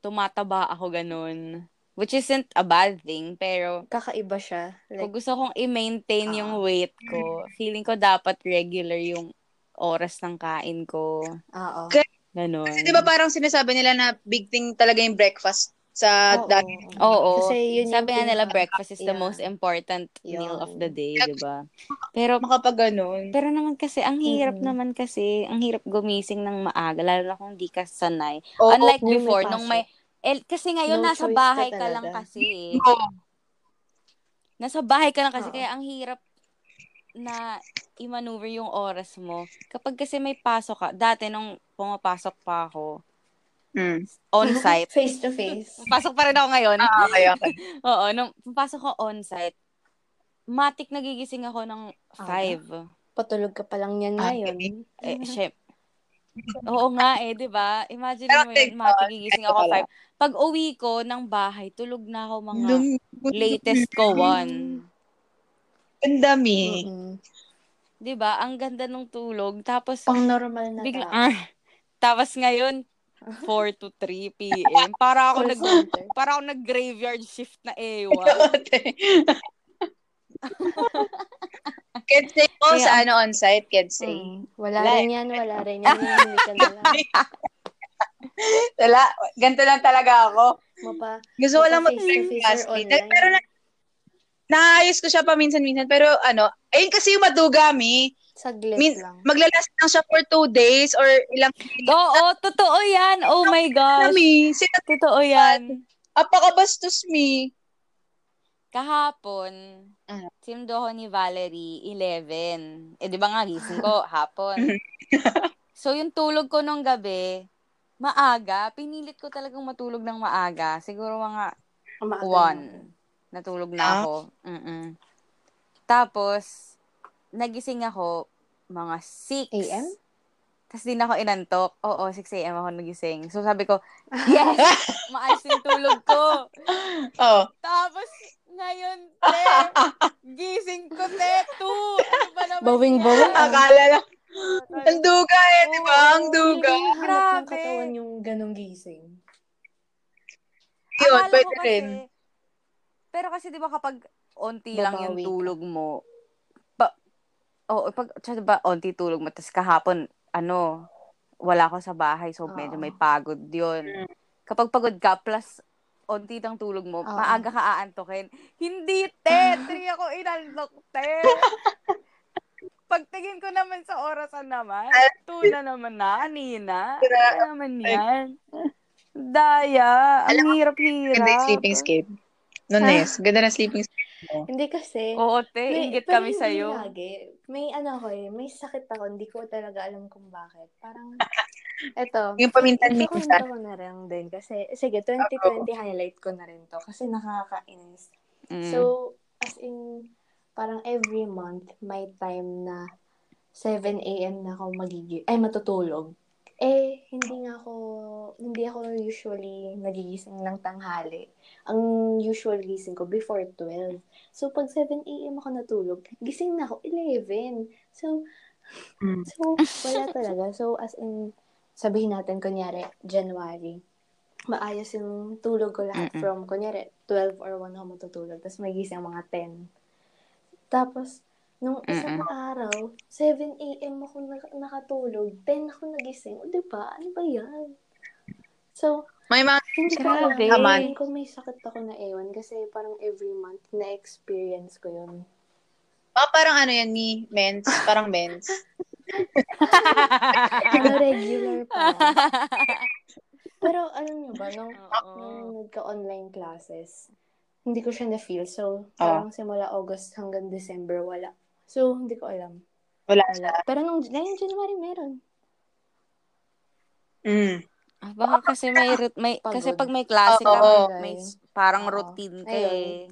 tumataba ako ganun. Which isn't a bad thing, pero
Kakaiba siya.
kung
Like,
gusto kong i-maintain
Ah.
yung weight ko, feeling ko dapat regular yung oras ng kain ko.
oo.
Kaya-
ah, oh.
Ganun.
Kasi di ba parang sinasabi nila na big thing talaga yung breakfast sa
Oo.
dati.
Oo.
Kasi yun yung
Sabi nga nila,
pinaka-
breakfast is the
yeah.
most important meal
Yun.
of the day, di ba? Pero,
Makapag ganun.
pero naman kasi, ang hirap
Mm-mm.
naman kasi, ang hirap gumising ng maaga, lalo na kung di ka sanay.
Oo.
Unlike
Yung may
before,
pasok.
nung may, eh, kasi ngayon
No
nasa
choice ka
bahay ka,
talaga.
lang kasi eh.
Oo.
Nasa bahay ka lang kasi,
Oo.
kaya ang hirap na i-maneuver yung oras mo. Kapag kasi may pasok ka, dati nung pumapasok pa ako,
Mm.
on-site,
Face to face.
pasok pa rin ako ngayon.
Ah, okay, okay.
Oo, nung pasok ko on-site, matik nagigising ako ng
Aga.
5.
Patulog ka pa lang yan
Ah,
ngayon.
Eh, syem- Oo nga eh, di ba? Imagine
Pero
mo yun,
tingnan,
matik nagigising ako
ito pala.
5. Pag uwi ko ng bahay, tulog na ako mga
Lum-
latest ko 1.
Ang dami.
Mm-mm.
Di ba? Ang ganda ng tulog. Tapos,
Pang normal na
bigla,
tao.
ah. tapos ngayon, 4 to 3 p.m. Para ako
Call
nag
center.
para ako nag graveyard shift na ewa.
Kids day
Kaya
ko
ang-
sa ano on-site, kids day.
Mm. Wala
Wala
rin yan, wala rin yan. Hindi ka na lang.
Wala, ganito lang talaga ako.
Mapa,
Gusto ko lang
Sa
mag-time
face-to-face or
class. eh.
online?
Pero na, naayos ko siya paminsan-minsan. Pero ano, ayun kasi yung madugami.
saglit
Min,
lang.
maglalast lang siya for two days or ilang
Oo, totoo yan. Oh my gosh.
kami. Sina,
Totoo yan.
apakabastos me.
Kahapon,
Ah.
sindo ko ni Valerie, 11. Eh, di ba nga, gising ko, hapon. so, yung tulog ko nung gabi, maaga. Pinilit ko talagang matulog ng maaga. Siguro mga
Umaga na.
1. Natulog
Ah.
na ako. Mm-mm. Tapos, nagising ako mga 6.
AM?
Tapos din ako inantok. Oo, 6 a.m. ako nagising. So, sabi ko, yes! Maayos yung tulog ko.
Oh.
Tapos, ngayon, te, gising ko, te, two. Ano ba naman
Bawing-bawing.
yan?
Akala lang. Ang duga eh, di ba? Ang duga.
Feeling hanap ng
Grabe.
katawan yung ganong gising.
Yun,
Akala ko
pwede
kasi,
rin.
Pero kasi, di ba, kapag onti lang yung
Babawi ka.
tulog mo, pa, oh, pag, tsaka di ba, onti tulog mo, tapos kahapon, ano, wala ako sa bahay, so medyo
Oo.
may pagod yun. Kapag pagod ka, plus, onti ng tulog mo,
Oo.
maaga ka aantokin. Hindi, te! Three ako inantok, te! Pagtingin ko naman sa orasan naman, two na naman na, kanina. Ano
Tira-
na naman yan? Daya, ang hirap-hirap.
Ganda yung sleeping scape. No,
Ah.
nice. Ganda na sleeping scape.
Hindi kasi.
Oo, te,
May-
inggit
pero
kami
hindi
sa'yo.
Lagi. May ano ko eh, may sakit ako, hindi ko talaga alam kung bakit. Parang, eto,
Yung pamintan ni
ikukwento ko na rin din kasi, sige, 2020 highlight ko na rin to kasi nakakainis.
Mm.
So, as in, parang every month, may time na 7 a.m. na ako magigi ay matutulog. Eh, hindi nga ako, hindi ako usually nagigising ng tanghali. Ang usual gising ko before 12. So, pag 7 a.m. ako natulog, gising na ako 11. So,
Mm.
so wala talaga. So, as in, sabihin natin, kunyari, January, maayos yung tulog ko lahat
Mm-mm.
from, kunyari, 12 or 1 ako matutulog. Tapos may gising mga 10. Tapos, nung isang araw, 7 a.m. ako na- nakatulog, 10 ako nagising. O, diba? Ano ba yan? So,
May mga
hindi ko alam.
Grabe.
Feeling ko may sakit ako na ewan kasi parang every month na-experience ko yun.
Oh, parang ano yan, ni mens. Parang mens.
Ano, regular pa. Pero alam niyo ba, nung, nung nagka-online classes, hindi ko siya na-feel. So, parang simula August hanggang December, wala. So, hindi ko alam.
Wala siya.
Wala. Pero nung ngayong January, meron.
Mm.
Ah, baka kasi may, rut- may
Pagod.
kasi pag may klase ka,
Oo.
may, may s- parang
Oo.
routine ka eh.
Ayun.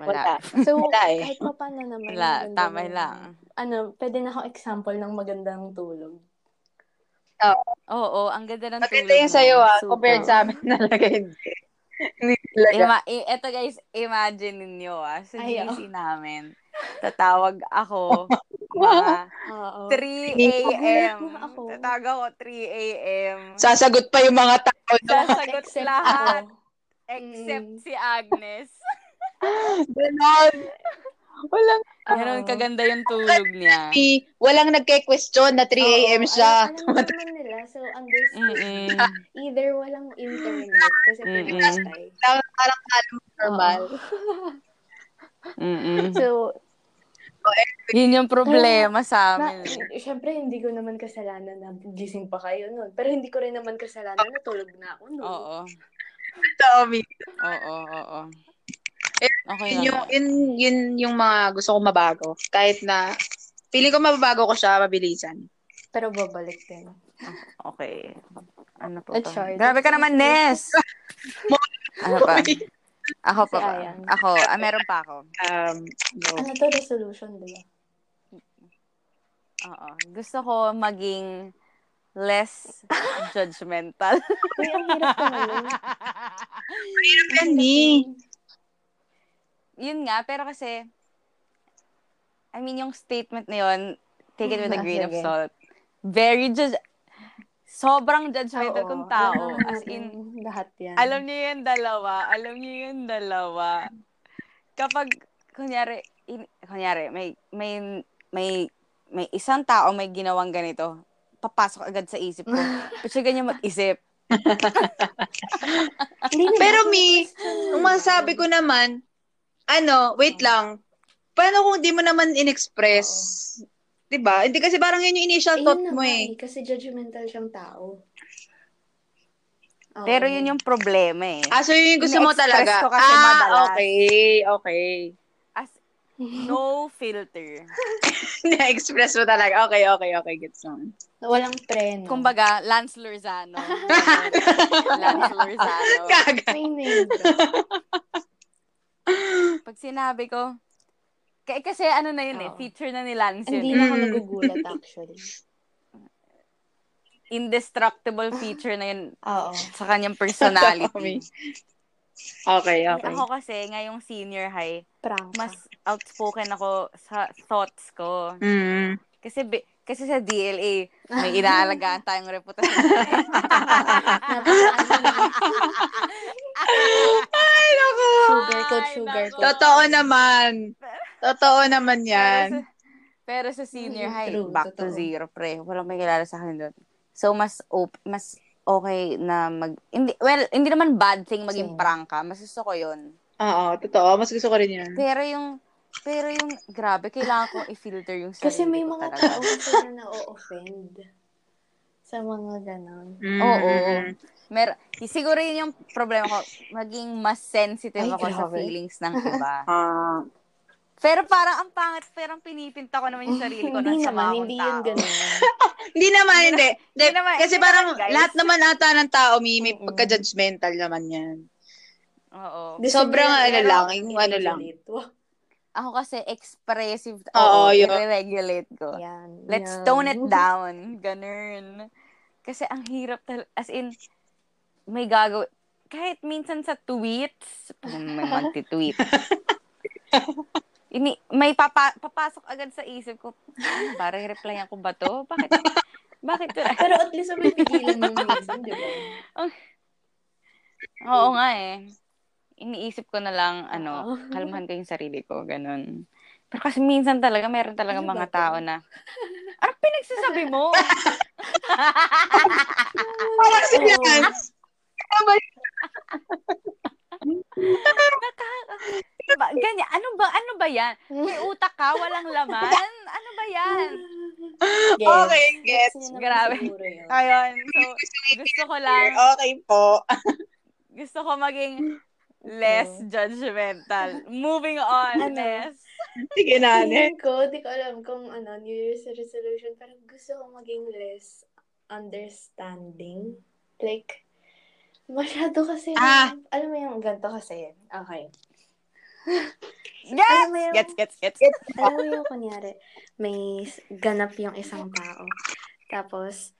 Wala.
So,
Wala eh.
kahit pa paano naman.
Wala.
maganda
Tama
na-
lang.
Ano, pwede na akong example ng magandang tulog.
Oo, ang ganda ng tulog
Maganda yung sa'yo
mo.
ah.
Super.
Compared sa amin talaga hindi. Hindi talaga.
Ima- i- eto guys, imagine ninyo ah, sa
Ayaw.
GC namin, tatawag ako mga
Oo.
3
Nagulat
a.m.
nga ako.
Tatawag ako 3 a.m.
Sasagot pa yung mga tao. no?
Sasagot
Except
lahat
ako.
except
Mm.
si Agnes.
Ganon. Walang,
Ganon
Oo.
kaganda yung tulog niya.
walang nagke-question na 3 a.m.
Oo,
siya.
Alam, alam naman nila, so understand.
Mm-mm.
Either walang internet kasi
Mm-mm.
pinatay.
Parang parang alam normal.
Mm-mm.
So,
Yun yung problema sa
na,
amin.
syempre hindi ko naman kasalanan na gising pa kayo nun. Pero hindi ko rin naman kasalanan na tulog na ako nun.
Oo.
Tommy.
Oo, oo,
Eh,
Okay
Yun yung,
lang.
yun, yun yung mga gusto ko mabago. Kahit na, feeling ko mababago ko siya mabilisan.
Pero babalik din.
Okay. Ano po
Let's
to?
start.
Grabe ka naman, Nes! ano pa? Ako pa
Si
ba?
Ayan.
Ako. Ah, meron pa ako.
Um, no.
Ano to? Resolution, di ba?
Oo. Gusto ko maging less judgmental.
Uy, ang hirap ko ngayon.
Gani.
yun nga, pero kasi, I mean, yung statement na yun, take it with a
Ah,
grain of
sige.
salt. Very judge... Sobrang judgmental
Oo. Mm.
kong tao.
Alam
As
natin
in,
Lahat yan.
Alam niyo yung dalawa. Alam niyo yung dalawa. Kapag, kunyari, in- kunyari, may, may, may, may isang tao may ginawang ganito, papasok agad sa isip ko. Ba't siya ganyan mag-isip?
Pero me, Ang masabi ko naman, ano, wait lang. Paano kung di mo naman in-express? Diba? Hindi kasi parang yun yung initial thought mo eh.
Kasi judgmental siyang tao. Oo.
Pero yun yung problema eh.
Ah, so yun yung gusto mo
In-express
talaga?
ko kasi
ah,
madalas.
okay, okay.
As, no filter.
Na-express mo talaga. Okay, okay, okay. Gets naman.
Walang preno.
Kumbaga, Lance Lurzano. Lance Lurzano.
Kaga.
May name drop.
Pag sinabi ko, k- kasi ano na yun eh,
Oo.
feature na ni Lance
Hindi
yun.
na ako
Mm.
nagugulat actually.
Indestructible feature na yun
Oo.
sa kanyang personality.
Okay,
Eh,
okay.
ako kasi, ngayong senior high,
Prank.
mas outspoken ako sa thoughts ko.
Mm.
Kasi bi- kasi sa DLA, may inaalagaan tayong reputasyon.
Ay, naku.
Sugar coat, sugar coat.
Totoo naman. Totoo naman
Pero
yan.
sa, pero sa senior
Mm,
high,
true,
back to
totoo.
zero, pre. Walang may kilala sa akin doon. So, mas op- mas okay na mag... Hindi, well, hindi naman bad thing maging
Same.
prank ka. Mas gusto ko yun.
Oo, totoo. Mas gusto ko rin yun.
Pero yung... Pero yung... Grabe, kailangan ko i-filter yung sarili
Kasi may
ko
mga
talaga.
tao kasi na na-offend sa mga ganon.
Mm.
Oo. Mer siguro yun yung problema ko. Maging mas sensitive
Ay,
ako sa
grabe.
feelings ng iba.
Ah.
Pero parang ang pangit, parang pinipinta ko naman yung sarili ko
hindi
na sama
naman,
akong
hindi
tao.
yun ganon.
Hindi naman, hindi. Hindi,
naman,
Kasi
hindi
parang
naman, guys.
lahat naman ata ng tao, may, may
Mm-mm.
pagka-judgmental naman yan.
Oo.
Sobrang
Gusto
ano
nila- pero
lang, yung ano lang.
i-regulate. Wah,
Ako kasi expressive.
Oo,
Oo,
yun.
i-regulate ko.
Yan.
Let's
yan.
tone it down. Ganun. Kasi ang hirap talaga. As in, may gagawin. Kahit minsan sa tweets, kung may magti-tweet. Ini, may papa, papasok agad sa isip ko, ano ba, re-replyan ko ba to? Bakit? Bakit?
Pero at least may pigilan mo minsan, di ba?
Oo nga eh. Iniisip ko na lang, ano,
Oo.
kalmahan ko yung sarili ko, ganun. Pero kasi minsan talaga, meron talaga
Ano ba
mga
to?
tao na, anong pinagsasabi mo?
Parang sila.
Oo.
Ba- ganyan, ano ba, ano ba yan? May utak ka, walang laman? Ano ba yan?
Yes.
Okay, gets.
Gusto niya naman
Grabe.
siguro yun.
Ayun, so, gusto ko lang,
Okay po.
gusto ko maging less judgmental. Moving on,
Ano?
Ness.
Sige,
Mm.
nani.
Feeling ko, di ko alam kung ano, New Year's resolution, pero gusto ko maging less understanding. Like, masyado kasi,
Ah.
alam mo yung ganito kasi, okay.
Yes!
Alam mo yung,
Gets, gets, gets.
alam mo yung kunyari, may s- ganap yung isang tao. Tapos,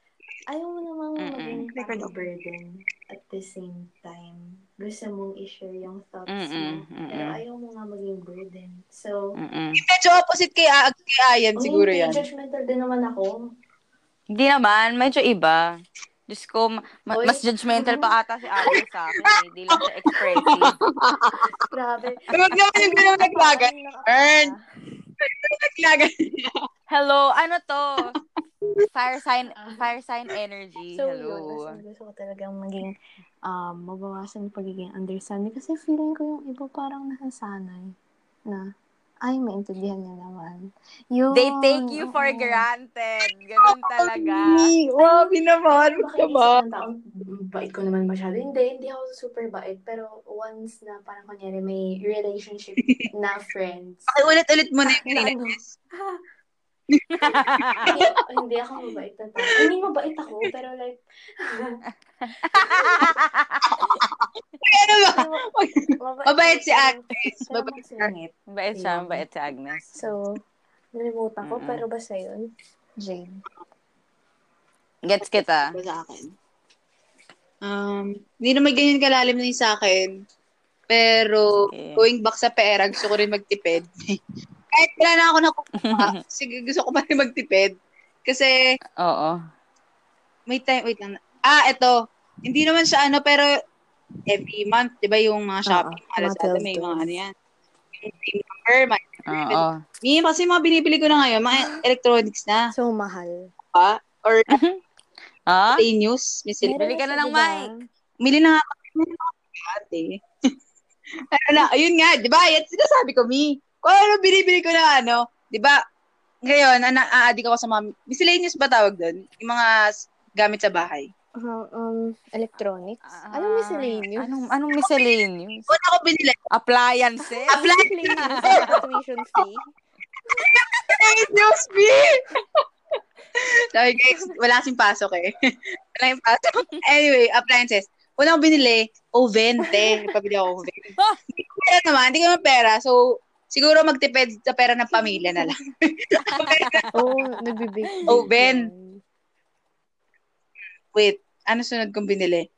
ayaw mo namang
Mm-mm.
maging parang burden at the same time. Gusto mong i-share yung thoughts
Mm-mm,
mo, pero
mm-mm.
ayaw mo nga maging burden. So, oh,
Mm-mm.
Medyo opposite kay, A- kay Ayan siguro
Uy,
yan.
judgmental din naman ako.
Hindi naman, medyo iba. Diyos ko, ma- ma-
Oy.
mas judgmental pa ata si Ate sa akin. Eh. Di lang siya expressive.
Grabe.
Huwag naman yung ganun naglagan.
Ang nakakatawa.
Earn. Naglagan.
Hello, ano to? Fire sign, fire sign energy.
So, yun. as
Hello.
in, gusto ko talagang maging, um, mabawasan yung pagiging understanding. Kasi feeling ko yung iba parang nasasanay na, ay, maintindihan niya naman. Yun.
They take you for
oo.
granted. Ganun
Oh,
talaga.
Wabi naman. Huwag
Baka isip
naman.
ng tao, "Mm, bait ko naman masyado. Hindi, hindi ako super bait. Pero once na parang kunyari may relationship na friends,
Ay, ulit-ulit mo na yung
Na
kanina.
ano?
Ah.
hindi, hindi ako mabait na tao. I mean, mabait ako, pero like,
Ay, ano ba? Mabait si
ako,
Agnes.
pero
Mabait.
sungit.
Bait siya, bait si Agnes.
So, nalimutan ko,
Mm-mm.
pero basta yun. Jane.
Gets kita.
Ba sa akin?
Um, hindi naman ganyan kalalim na yung sa akin. Pero,
Sige.
going back sa pera, gusto ko rin magtipid. Kahit wala na ako nakukuha, sige, gusto ko pa rin magtipid. Kasi,
Oo.
may time, wait lang. Ah, eto. Hindi naman siya ano, pero every month, di ba yung mga shopping,
Oo,
mga
mga
Lazada, may mga
deals, deals.
ano yan. Yung same number, mga
Oo.
Ngayon kasi mga binibili ko na ngayon, mga electronics na,
So, mahal.
pa, or
Ha?
Play News, may sale.
Bili ka na ng
diba?
mic.
Mili na nga ate. Pero na, ayun nga, di ba? Yan sinasabi ko, Mi. Kung ano binibili ko na ano, di ba? Ngayon, na na-addict ako sa mga miscellaneous ba tawag doon? Yung mga s- gamit sa bahay.
Uh, um, electronics. anong
Ah,
miscellaneous?
Anong, anong miscellaneous?
Una ko binili.
Appliances?
Apply
miscellaneous? Sa tuition fee?
Play News, Mi! Sorry guys, wala kasing pasok eh. Wala yung pasok. Anyway, appliances. Una ko binili, oven, te. Pabili ako oven. Hindi ko pera naman, hindi ko naman pera. So, siguro magtipid sa pera ng pamilya na lang.
Oo, oh, nagbibake.
Oven. Wait, ano sunod kong binili?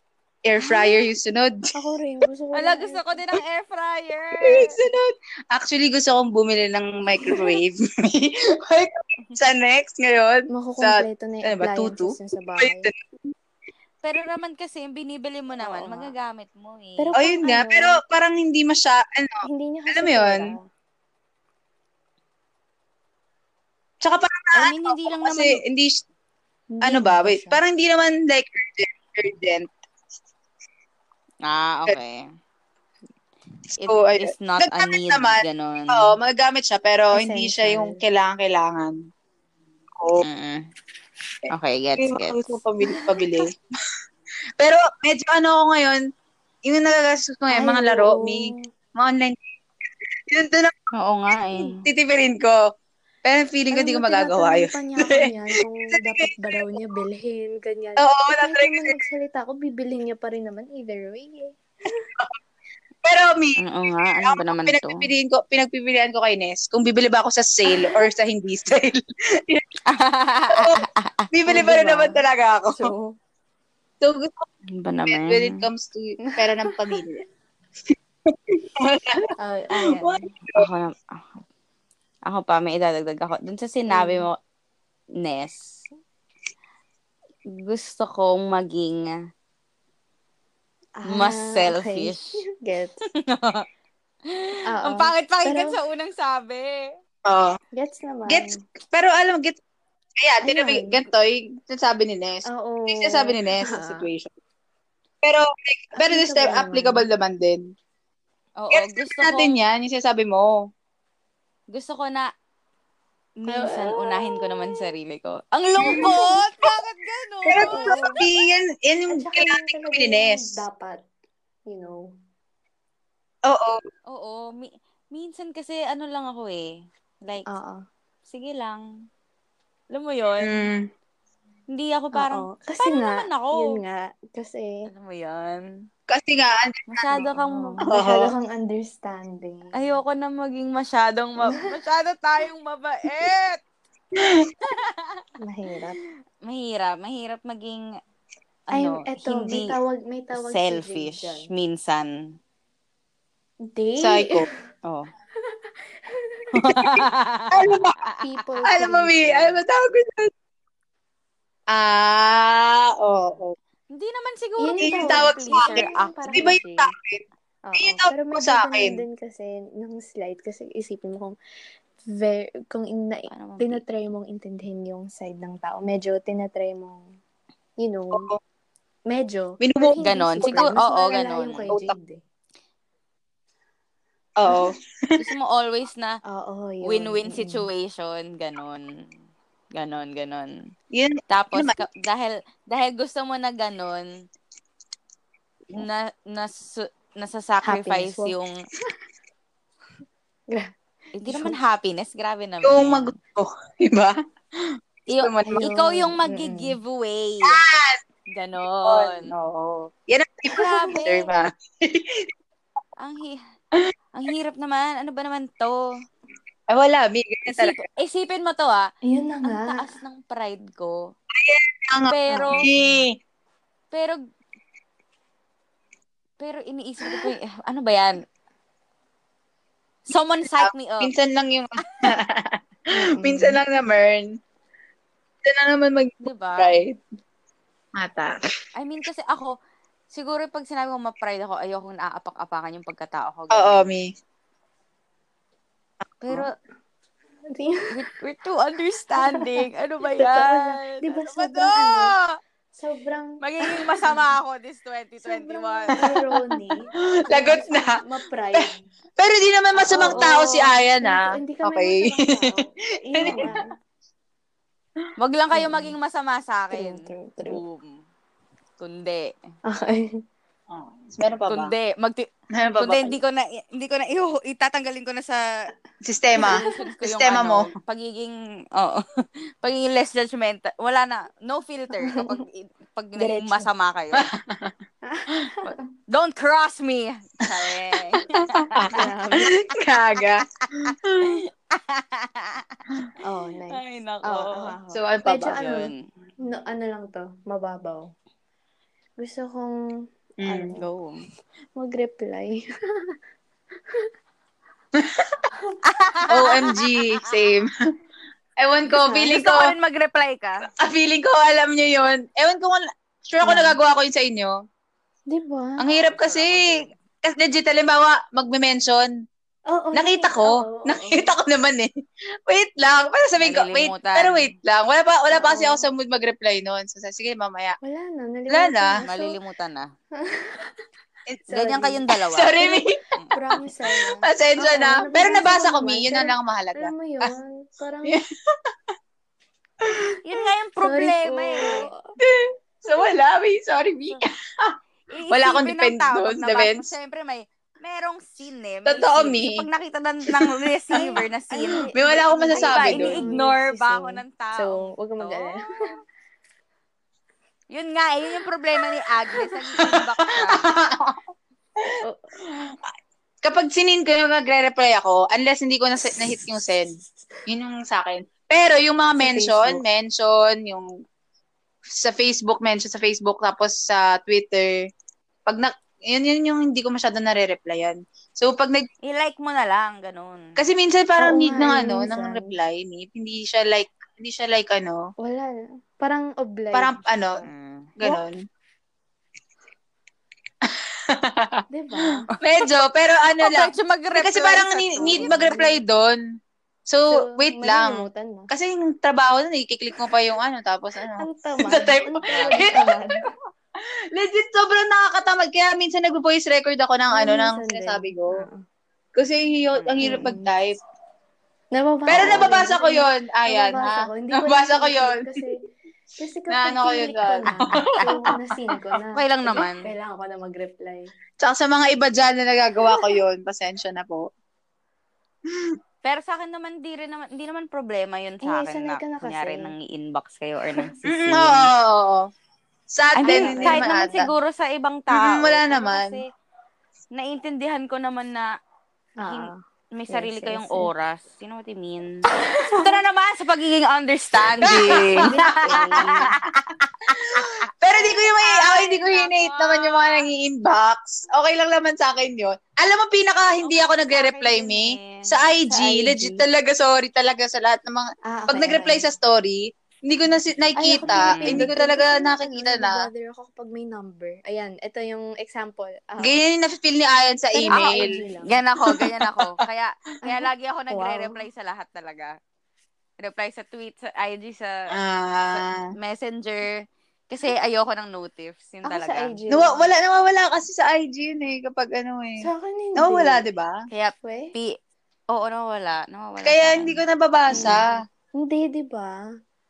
Air fryer yung sunod.
Ako rin, gusto ko.
Wala, gusto ko din ng air fryer.
Yung sunod. Actually, gusto kong bumili ng microwave. Microwave sa next ngayon.
Makukompleto na yung
ano ba, tutu? ano?
appliances niya sa bahay.
Pero naman kasi, yung binibili mo naman,
Oo nga.
magagamit mo eh.
O
Pero-
Oh, yun nga,
Ano?
pero parang hindi masya, ano,
Hindi niya kasi
Alam mo yun?
pera.
tsaka parang
I mean, hindi lang
kasi
naman.
hindi, s-
Hindi
ano ba,
niya
wait,
siya.
parang hindi naman like urgent, urgent.
Ah, okay. It
So, ayun.
is not a
Nagtatanong
need,
Oh, naman. Um,
ganun.
Oo, magagamit siya, pero hindi siya
Essential.
yung kailangan-kailangan. Oo.
Mm-mm. Okay, gets,
Yung mga
gets.
gusto kong pabili, pabili. pero medyo ano ako ngayon, yung nagagastos ko ngayon,
Ay,
mga laro,
oo.
may mga online. Yun doon ako
Oo nga eh.
Hmm. titipirin ko. Pero feeling ko
Alam
di ko
mo,
magagawa yun.
tinatanong pa niya ako yan kung dapat ba daw niya bilhin, ganyan.
Oo,
Eh, kahit
natry ko
naman nagsalita ako, bibilhin niya pa rin naman either way eh.
Pero me,
Oo nga, ano ba naman to?
pinagpipilian ko, pinagpipilian ko kay Nes kung bibili ba ako sa sale or sa hindi sale. bibili pa rin
Diba?
naman talaga ako.
So,
Ah, oh, So, gusto ko
ano ba
when it
naman?
comes to pera ng pamilya.
ay ah, ayan.
Ako, na- ako, ako pa, may idadagdag ako. Dun sa sinabi mo, Ness, gusto kong maging mas
Ah,
selfish.
okay. Gets. Oo.
Ang pangit-pangit
Pero-
sa unang sabi.
Oo.
Gets naman.
Gets, pero alam, gets, ayan,
Ayan.
tinabi, ganito, yung sinasabi ni Nes.
Oo.
Yung sinasabi ni Nes sa
Ah.
situation. Pero, like, pero this time, applicable
Applicable
naman din.
Oo,
Gets
gusto
natin
ko,
yan, yung sinasabi mo.
gusto ko na minsan unahin ko naman sarili ko. Ang lungkot! Bakit ganun?
Pero, yan, yan yung
At saka yun
kailangan
talaga
ko ni
yung
Nes.
dapat, you know.
Oo.
Oo, mi- minsan kasi ano lang ako eh. Like,
Oo.
sige lang. Alam mo yun?
Mm.
Hindi ako parang,
Oo. Kasi
paano
nga,
naman ako?
Oh.
yun nga, kasi
alam mo yun?
Kasi nga, an-
Masyado kang,
Oo.
ma-
Masyado kang understanding.
ayoko na maging masyadong, ma- masyado tayong mabait.
mahirap.
Mahirap, mahirap maging,
Ay,
ano,
eto, may
hindi
tawag, may tawag si Jade
selfish
dyan.
minsan.
Hindi.
psycho.
Oh.
alam mo,
People
alam mo, Mi,
pleaser.
alam mo, tawag ko yun. Ah, oo. Oh,
Hindi naman siguro
Yun
dito
yung
yun,
tawag sa
pleaser,
akin.
actually.
Di ba yung sa akin?
Oo.
Yun yung tawag
Pero
ko
may
sa
sa
akin.
din kasi ng slide kasi isipin mo kung ver, kung in, na,
Paano mong-
tinatry mong intindihin yung side ng tao. Medyo tinatry mong, you know,
Oo.
medyo.
Binubuo.
Pero hindi
Ganon.
super.
Siguro,
Mas
oo,
malala
ganon.
yung kay
Utak.
Jade eh.
Oo.
Gusto mo always na
Oo, yun.
win-win
Mm.
situation, ganon. Ganon, ganon.
Yun.
Tapos,
Yun naman.
ka- dahil, dahil gusto mo na ganon, na, nas, nasasacrifice
Happiness, wow.
yung...
Gra-
Hindi naman happiness, grabe naman.
Yung
yan.
magusto. Diba?
Yung-
Gusto mo-
Ayun.
ikaw yung
Mm-mm.
mag-giveaway.
Yun.
Ganon.
Oo. Eh, Yan ang type of
Grabe.
teacher ba?
Ang, hi- ang hirap naman. Ano ba naman to?
Ay, wala. Bigay na
Isip,
talaga.
isipin mo to ah.
Ayun na
Ang
nga.
taas ng pride ko.
Ang
Pero,
G.
pero, pero iniisip ko, pa yung- ano ba yan? Someone psych me up.
Minsan lang yung...
Mm-mm.
Ah, Minsan lang naman. Minsan lang naman
Diba?
mag-try. Mata.
I mean, kasi ako, siguro pag sinabi ko ma-pride ako, ayoko na aapak-apakan yung pagkatao ko.
Oo, Mi.
Pero,
Hindi-
we're, we're too understanding. Ano ba yan?
Totoo yan. Diba,
ano ba
sobrang
to?
Sobrang
Magiging masama ako this 2021.
Sobrang ironic.
Lagot na.
Ma-pride.
Pero di naman masamang
Oo.
tao si Ayan, ah.
Hindi kami
Okay.
masamang tao. Yun nga.
Wag lang kayo maging masama sa akin.
True, true, true.
Boom. Kundi.
Okay.
Oh, meron pa ba?
Kundi. Magti-
Meron pa ba?
kundi, hindi ko na, hindi ko na, iho, itatanggalin ko na sa
Sistema.
resolutions ko yung
Sistema mo.
ano, pagiging, oo, pagiging less judgmental. Wala na, no filter kapag, pag naging
Diretso.
masama kayo. Don't cross me! Kare.
Grabe.
Kaga.
Oh, nice.
Ay,
Oh,
nako.
ako.
So, ano pa
Medyo
ba?
ano,
Yun.
no, ano lang to, mababaw. Gusto kong
Mm.
ano,
Go.
mag-reply.
OMG. Same. Ewan ko, feeling
Ano? Gusto
ko,
ko rin mag-reply ka.
ah, feeling ko, alam nyo yun. Ewan ko kung, sure ako
Mm.
nagagawa ko yun sa inyo.
Di ba?
Ang hirap kasi, kasi legit, halimbawa, magme-mention,
Oo,
Nakita
yes,
ko.
oo, oo.
nakita ko naman eh. Wait lang. Para sabihin ko, wait.
Nalilimutan.
Pero wait lang. Wala pa, wala pa kasi ako
Oo.
sa mood mag-reply noon. So, sa- sige, mamaya.
Wala na,
Wala
nalimutan
na.
na. So,
Malilimutan na.
Ah. It's,
Sorry.
Ganyan kayong dalawa.
sorry, Mi.
Promise sa'yo.
Pasensya
Oo,
na. Pero nabasa
nabasa ko
ko, Mi.
naman.
Yun ang
Pero-
lang mahalaga.
Alam mo yun, parang
Yun nga yung problema eh.
So, wala, Mi. Sorry, Mi. Wala akong dependence doon sa events.
Siyempre, may merong scene eh. May
Totoo, Ano?
scene.
Mi.
So, pag nakita ng, ng receiver na scene,
Mi, wala akong masasabi
ay ba,
doon.
ini-ignore
Si
ba ako
Sue.
ng tao?
So, wag kang
to?
mag-alala.
Yun nga eh, yun yung problema ni Agnes. Nag-inbox siya.
Kapag sinin ko yung nagre-reply ako, unless hindi ko na hit yung send, yun yung sa akin. Pero yung mga
Sa
mention,
Facebook.
mention, yung sa Facebook, mention sa Facebook, tapos sa Twitter, pag na, yun, yun yung hindi ko masyado nare-replyan. So, pag nag,
I-like mo na lang, ganun.
kasi minsan parang
Oo
need
nga,
ng ano,
eh,
ng
minsan.
reply, need. Hindi siya like, hindi siya like ano,
Wala na. Parang obliged.
parang ano,
Mm.
ganon.
Diba?
Medyo, pero ano lang,
Bakit siya mag-reply
kasi parang
sa
ni-
to?
need mag-reply doon. So, wait lang.
malilimutan mo.
Kasi yung trabaho nun, ikiklik mo pa yung ano, tapos ano.
Ang tamad.
Sa type mo.
Ang grabe tamad.
Legit, sobrang nakakatamad. Kaya minsan nag-voice record ako ng ano, ng
Minsan din.
sinasabi ko.
Oo.
Kasi yun, ang hirap
Mm-mm.
mag-type.
Nababasa
Pero
ko
nababasa
rin.
ko yun, ayan,
nababasa
ha?
ko. Hindi
Nababasa ko
narinig
yun.
Kasi, kasi kapag
Na ano ko yun
kinilik ko
doon.
na, so, nasin ko na.
Okay lang naman.
Kailangan ko na mag-reply.
Tsaka sa mga iba dyan na nagagawa ko yun, pasensya na po.
Pero sa akin naman, di, rin naman, di naman problema yun
Eh,
sa akin
sanay
na,
ka na kasi.
kunyari nang i-inbox kayo or nang
Mm,
sisin.
Oo. oo, oo. Sa
I
atin,
mean,
hindi
kahit
naman
naman
ata.
siguro sa ibang tao. eh,
Mm, wala
pero
naman.
Kasi, naiintindihan ko naman na
Ah.
may
Yes,
sarili
yes,
kayong
yes.
oras. You know what I mean? Ito na naman sa pagiging understanding.
Ah, Pero di ko yung may, ako,
Ay,
hindi ko
nako.
hinate
Ah.
naman yung mga nang inbox Okay lang naman sa akin yun. Alam mo, pinaka hindi ako
Okay sa
nagre-reply,
akin yun
me.
eh.
Sa IG,
Sa IG.
legit talaga, sorry talaga sa lahat ng mga,
Ah, okay,
pag nag-reply
okay.
sa story, Hindi ko na si- nakikita.
Ay, ako din.
hindi ko talaga nakikita na.
Bother ako kapag may number. Ayan, ito yung example. Ah,
Ganyan yung nafe-feel ni Ayan sa
pero
ako,
email.
OG lang.
Ganyan ako, ganyan ako. Kaya, kaya lagi ako nagre-reply sa lahat talaga. Reply sa tweet, sa IG, sa,
Ah.
sa messenger. Kasi ayoko ng notifs. Yun
Ako
talaga.
sa IG.
Nawa, wala, nawawala kasi sa IG yun eh, kapag ano eh.
Sa akin hindi.
Nawawala, di ba?
Kaya,
Weh?
P, oo, nawala. Nawawala. sa
Kaya
akin.
hindi ko nababasa.
Hindi, di ba?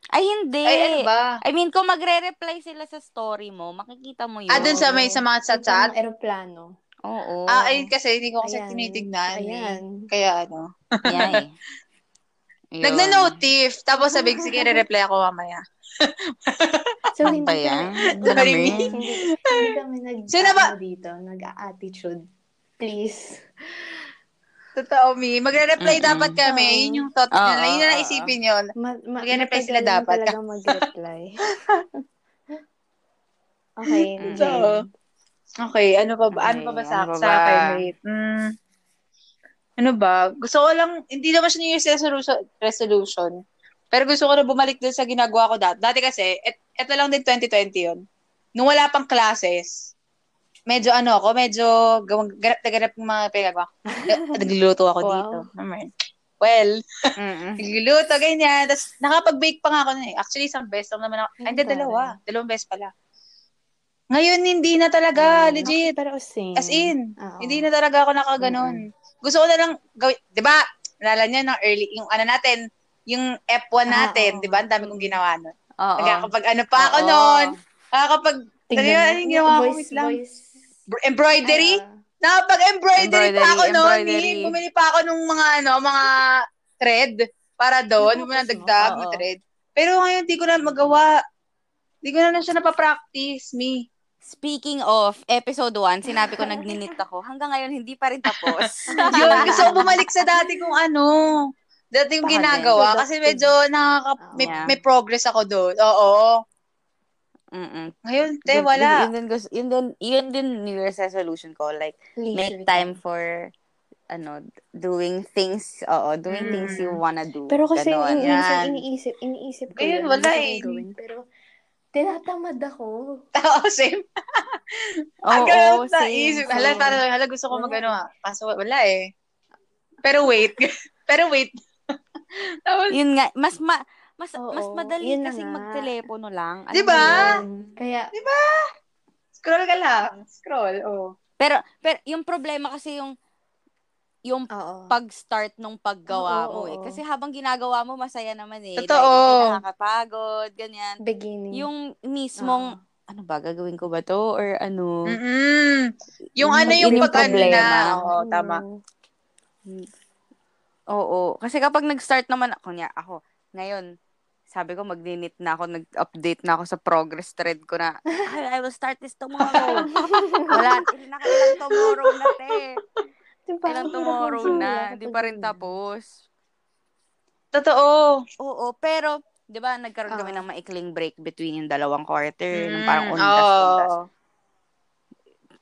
Ay,
Hmm.
hindi.
Ay, ano ba?
I mean, kung magre-reply sila sa story mo, makikita mo yun.
Ah, dun sa
Oo.
may sa
Yung
mga
pang
chat-chat?
aeroplano.
Oo.
Ah, ayun kasi, hindi ko kasi
Ayan.
tinitignan. eh.
Ayan.
Kaya ano.
Yan eh. Yun.
Nagna-notif, tapos sabi, ko, sige, re-reply ako mamaya.
So,
Ano
hindi
ba
ka,
yan?
hindi,
Sorry,
Grabe.
me.
hindi, hindi kami nag,
So, naba-
ano dito, nag-attitude. Please.
Totoo, Mi. Magre-reply
Mm-mm.
dapat kami.
Oo.
Yun yung thought
Oo,
nila. Yun na
oo,
naisipin yun.
Ma, ma,
Mag-reply sila
matagal yung
dapat.
talaga mag-reply. okay,
Mm.
so,
So, Okay, ano pa ba?
Okay,
ano pa ba sa,
ano pa
sa
ba?
akin? Wait. Mm, ano ba? Gusto ko lang, hindi naman siya New Year's resolution. resolution. Pero gusto ko na bumalik din sa ginagawa ko dati. Dati kasi, et, eto lang din 2020 yun. Nung wala pang classes, medyo ano ako, medyo gawang- ganap na ganap ng mga pinagawa. Eh, Nagluluto ako
Wow.
dito. Amen. Well,
Mm-mm.
nagluluto, ganyan. Tapos nakapag-bake pa nga ako nun eh. Actually, isang beses lang naman ako. Ay,
Ay,
hindi,
taray.
dalawa. Dalawang beses pala. Ngayon, hindi na
Mm,
talaga. Legit.
Pero same.
As in,
Oo.
hindi na talaga ako nakaganon. Gusto ko na lang gawin, 'di ba? Lala niya ng early yung ano natin, yung F1 natin,
Ah, oo.
'di ba? Ang dami kong ginawa noon.
Oo.
Nagkakapag ano pa ako
Oo.
noon. Nakakapag
Tignan
Ano
mo,
yung ginawa ko?
voice,
Wait lang.
voice.
br- embroidery,
Ah,
nakapag-embroidery pa
Embroidery,
ako noon.
embroidery.
eh. Bumili pa ako nung mga ano, mga thread para doon, mga
Nakakapos mo?
dagdag na
Oo.
thread. Pero ngayon hindi ko na magawa. Hindi ko na lang siya napapractice, me.
Speaking of, episode 1, sinabi ko nagninit ako. Hanggang ngayon, hindi pa rin tapos.
Yun, gusto ko bumalik sa dati kong ano, dati kong
Baka din.
ginagawa. Kasi medyo nakaka, may,
Yeah.
may progress ako doon. Oo.
Mm-mm.
Ngayon, te,
Yun-
wala.
Yun, din gusto- yun, din, yun din New Year's resolution ko. Like,
leisure
make time for ano doing things oo doing
Mm.
things you wanna do
Pero kasi
Ganon.
in, minsan
Yan.
iniisip, iniisip ko
Ayun,
yun,
wala
gusto kong
eh.
gawin, pero tinatamad ako.
Oo, same.
oo
Ang gano'n na
same.
isip. Hala,
Oo.
parang, hala, gusto ko
Wala.
magano ah. Kaso, wala eh. Pero wait. Pero wait. Tapos,
yun nga mas ma, mas
Oo,
mas madali
yun na
kasing
nga.
magtelepono lang Alam mo
Diba?
yun?
Kaya,
scroll ka lang. Scroll, oh.
pero pero yung problema kasi yung yung
oo.
pag-start nung
Oo,
paggawa mo
oo,
eh.
oo.
Kasi habang ginagawa mo, masaya naman eh.
Totoo.
Like, hindi nakakapagod, ganyan.
beginning. Mm.
Yung
Oo. Mm.
mismong, ano ba, gagawin ko ba to? Or ano,
Mm-mm. Yung
Yun
ano
yung-
yung
yun yung
pag ano na.
problema.
Oo,
Mm.
tama.
Oo.
Oo. Kasi kapag nag-start naman ako, niya, ako, ngayon, sabi ko, mag-knit na ako, nag-update na ako sa progress thread ko na, "Ah, I will start this tomorrow. Wala, nakailang tomorrow na, te.
Diba?
Ilang
Ang hirap
tomorrow
magsimula
na, hindi
kapag
pa rin
ganun.
tapos.
Totoo.
Oo, pero, di ba, nagkaroon kami
Ah.
ng maikling break between yung dalawang quarter, ng
Mm,
parang undas-undas.
Oo.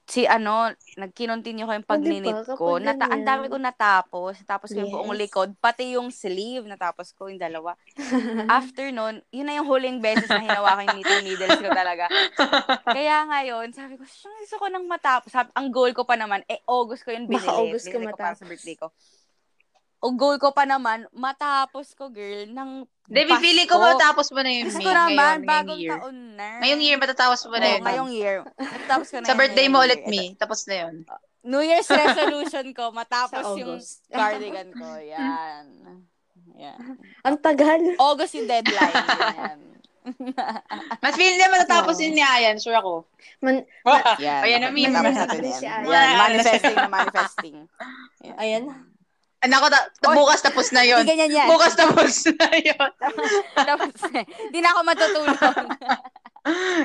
si ano, nagkinontinue ko
Oh, di
yung
ba?
pagninit
Kapag
ko. Nata
ganyan.
ang dami ko natapos. Tapos ko yung buong
Yes.
likod. Pati yung sleeve, natapos ko yung dalawa. After nun, yun na yung huling beses na hinawa ko yung knitting needles ko talaga. Kaya ngayon, sabi ko, "Siyang gusto ko nang matapos. Sabi, ang goal ko pa naman, eh, August ko yung binili.
Baka August ko
Binili para
matapos.
sa birthday ko. O goal ko pa naman, matapos ko, girl, ng
Hindi, pipili ko
Pasko.
matapos mo na yun,
Gusto
May.
ko naman,
Ngayon, ngayong
bagong
year.
taon na.
Ngayong year, matatapos mo na
Oo,
yun.
ngayong year. Matatapos ko na
Sa
yun
birthday
ngayong
mo
year.
ulit,
Ito-
me. Tapos na yun.
New Year's resolution ko,
Sa
matapos yung
August.
cardigan ko. Yan. Yan.
Ang tagal.
August yung deadline. Ganyan.
Mas feeling na matatapos
Oo.
yun ni Ayan. Sure ako. Oh,
Man,
Yan.
Ayan na, Mim.
Matapos natin yan.
Manifesting siya.
Yan. Manifesting na manifesting. Yan.
ayan.
Anak ko, ah, ta- ta-
Oy.
bukas tapos na
Hindi
yun.
ganyan yan.
Bukas tapos na yun.
Tapos, hindi na ako matutulog.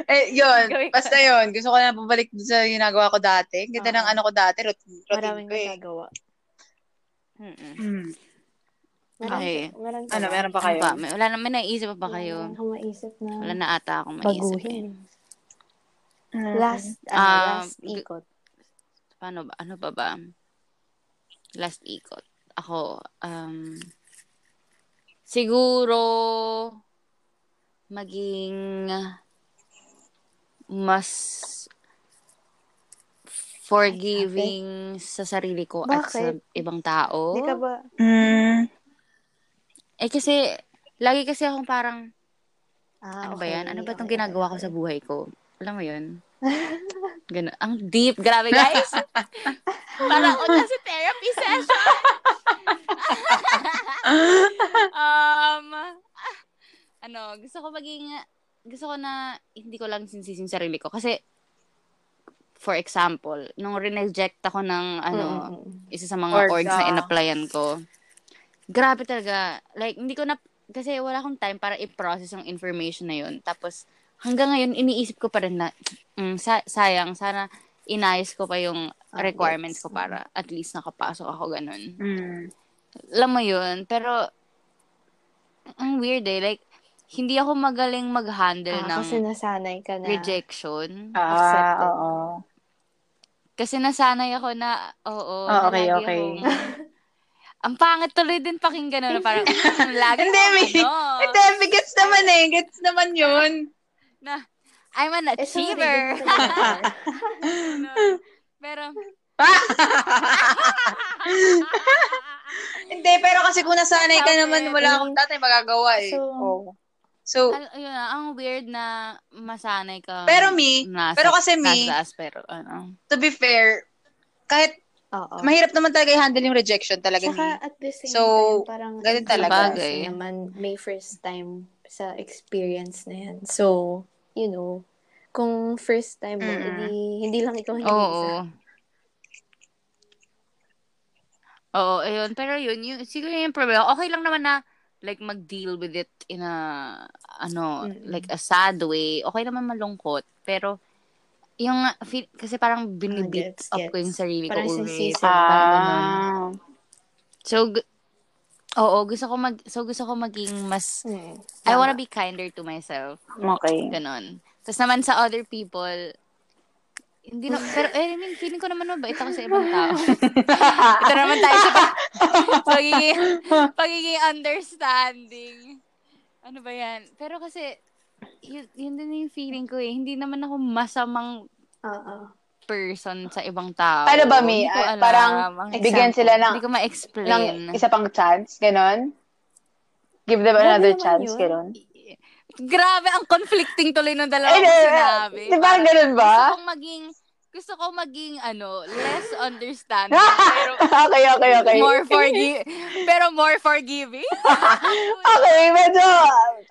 eh, yun.
Gawin ko.
Basta yun. Gusto ko na bumalik dun sa ginagawa ko dati. Ang Ganda ng
Oo.
ano ko dati. Routine, routine
Maraming
ko eh.
nagagawa.
Mm-mm.
Hmm.
Okay.
Maraming, maraming
Ano,
gawa.
meron pa
Ano
kayo?
ba? May, wala na, may naisip pa ba kayo?
Wala akong maisip na
Wala na ata akong maisip. Eh.
baguhin. Last, ano,
Ah,
last
gu-
ikot.
Paano ba? Ano ba ba? Last ikot. Ako, um, siguro, maging mas forgiving sa sarili ko at sa
Bakit?
ibang tao.
Hindi ka ba?
Mm.
Eh kasi, lagi kasi akong parang,
Ah,
ano ba
okay.
yan? Ano
Okay,
ba itong
okay,
ginagawa ko
okay.
sa buhay ko? Alam mo yun? Ganun. Ang deep. Grabe, guys. Parang una si therapy session. um, ah, ano, gusto ko maging, gusto ko na hindi ko lang sinsising sarili ko. Kasi, for example, nung rineject ako ng, ano, isa sa mga
Orgs,
orgs na
ah.
in-applyan ko. Grabe talaga. Like, hindi ko na, kasi wala akong time para i-process yung information na yun. Tapos, hanggang ngayon, iniisip ko pa rin na, mm, sa- sayang, sana inayos ko pa yung
Ah,
requirements
yes.
ko para at least nakapasok ako ganun.
Mm.
Alam mo yun, pero, ang weird eh, like, hindi ako magaling
Ah,
mag-handle ng
kasi nasanay ka na.
rejection.
Ah,
Accepted.
oo.
Kasi nasanay ako na, oo,
Oh,
na
okay,
lagi
okay.
akong- ang pangit tuloy din pakinggan na parang, "Mm, lagi
Hindi,
akong
may-
ano,
Hindi, gets naman eh. Gets naman yun.
na, I'm an
Eh, sorry,
achiever.
ganun talaga.
Ganun. Pero,
Hindi, pero kasi kung nasanay ka
Sabi,
naman, wala akong tatay magagawa eh.
So-
Oo. So,
al- yun na, ang weird na masanay ka.
pero me,
nasa,
pero kasi me-
nasa taas, pero ano.
to be fair, kahit
Oo.
mahirap naman talaga i-handle yung rejection talaga.
Tsaka
Tsaka,
at the same
So,
time, parang
ganun
every
talaga.
person
Sabagay.
naman may first time sa experience na yan. So, you know, kung first time mo,
Mm.
hindi, hindi lang ikaw yung isa.
Oo. Oo, ayun. Pero yun, yun, siguro yung problema. Okay lang naman na, like, mag-deal with it in a, ano,
Mm-mm.
like, a sad way. Okay naman malungkot. Pero, yung, nga, feel, kasi parang binibit
gets,
up ko
gets.
yung sarili
Parang
ko ulit.
sinisisi.
Parang ganun.
Ah,
So, gu- oo, gusto ko mag, so gusto ko maging mas,
Mm.
I wanna be kinder to myself.
okay.
Ganon. Tapos naman sa other people, hindi na, pero eh, I mean, feeling ko naman mabait ako sa ibang tao. Ito naman tayo sa pag- pagiging, pagiging understanding. Ano ba yan? Pero kasi, yun, yun din yung feeling ko eh. Hindi naman ako masamang
Oo.
person sa ibang tao.
Paano ba, Mi?
Hindi ko
Ah,
alam.
parang
Ang-
bigyan sila ng-
Hindi ko ma-explain.
Nang isa pang chance, ganon? Give them another
Grabe naman
chance,
yun.
ganon?
Grabe, ang conflicting tuloy ng dalawa
Eh,
ko
eh,
sinabi.
Di ba,
Parang-
ganon ba?
Gusto kong maging, gusto kong maging, ano, less understanding, pero
okay, okay, okay.
more forgive, pero more forgiving.
Okay, medyo,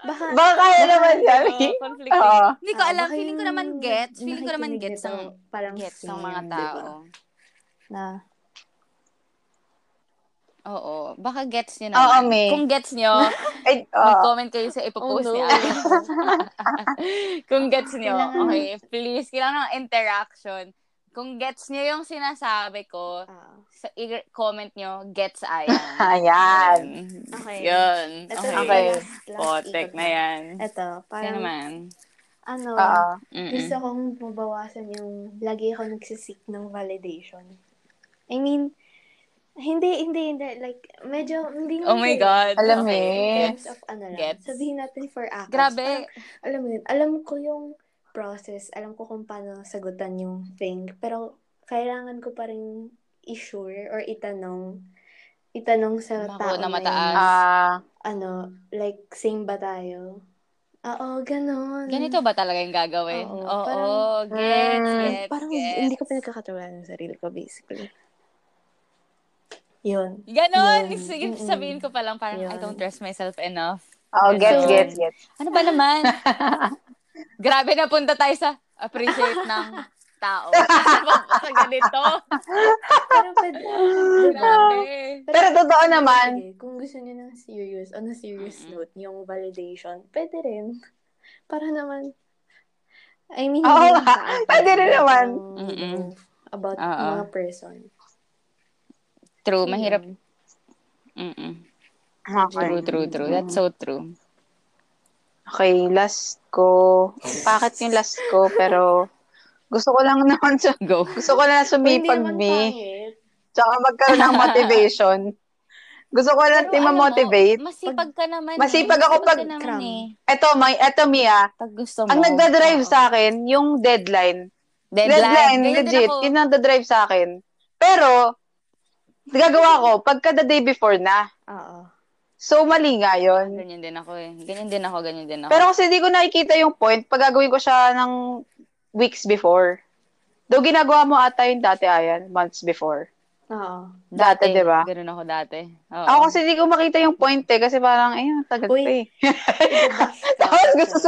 Baka,
baka yan naman yan.
Oo, conflicting.
Oo.
Hindi ko
Ah,
alam, feeling ko naman gets, feeling ko naman gets ang
parang
gets
same,
ng mga
di ba?
tao.
Na,
Oo, baka gets nyo
Oo,
naman.
May.
Kung gets nyo,
Ay, oo.
mag-comment kayo sa ipopost
Oh, no.
ni Abby. Kung gets nyo,
Kailangan-
okay, please, kailangan ng interaction. Kung gets nyo yung sinasabi ko,
Ah.
sa, i-comment nyo, gets ayan.
Ayan.
Okay.
Yun.
Ito
okay.
na
Okay.
yung last, last
Potek
ikot
na yan.
Ito,
Yan
parang,
naman.
ano,
Oo.
Mm-mm.
gusto kong mabawasan yung lagi ako nagsisik ng validation. I mean, hindi, hindi, hindi. Like, medyo, hindi
Oh my God.
Alam mo
okay.
eh.
In
Gets.
terms of ano lang.
Gets.
Sabihin natin for accounts.
Grabe.
Parang, alam mo yun, alam ko yung process, alam ko kung paano sagutan yung thing, pero kailangan ko pa rin i-sure or itanong itanong sa
Naku,
tao
na
yun,
mataas.
Ah,
ano, like, same ba tayo? Oo, ganon.
Ganito ba talaga yung gagawin?
Oo,
Oo.
parang-
gets,
Mm.
gets,
Parang
gets.
hindi ko pinagkakatawanan ng sarili ko, basically. Yun.
Ganon.
Yun.
Sige,
Mm-mm.
sabihin ko pa lang parang I
Yun.
don't trust myself enough.
oh, gets,
So-
gets, gets.
Ano ba naman? Grabe na punta tayo sa appreciate ng tao. sa ganito.
Pero pwede, diba?
Grabe.
Ah! Pero totoo naman.
Sige, kung gusto niyo ng serious, on a serious
Mm-mm.
note, yung validation, pwede rin. Para naman, I mean,
Oo
hindi
nga,
lang sa akin,
pwede rin
pero,
naman.
you know,
Mm-mm.
about
Oo.
mga person.
True. Mahirap.
Yun.
Mm.
Mm-mm.
Okay.
True, true, true. That's so true.
Okay, last ko. Bakit yung last ko? Pero gusto ko lang naman sa
Go.
gusto ko na
Pero hindi
sumipag
naman
me.
pangit.
Tsaka magkaroon ng motivation. Gusto ko lang
Pero
din
alam mo,
motivate
Masipag ka naman. eh.
Masipag ako pag-
ka naman
Cram.
eh.
Ito, may, ito, Mia.
Pag gusto mo.
Ang nagda-drive sa akin, yung deadline. Deadline,
Ganyan din
legit.
ako.
Yun ang nagda-drive sa akin. Pero, gagawa ko, pagka the day before na.
Oo.
So, mali nga yun.
Ganyan din ako eh. Ganyan din ako, ganyan din ako.
Pero kasi hindi ko nakikita yung point, pag gagawin ko siya ng weeks before. Though ginagawa mo ata yung dati, Ayan, months before.
Oo.
Dati, di ba?
Ganun ako dati. Oo.
Ako kasi hindi ko makita yung point eh, kasi parang, ayun, tagal
Uy.
pa eh. Tapos gusto
Diba?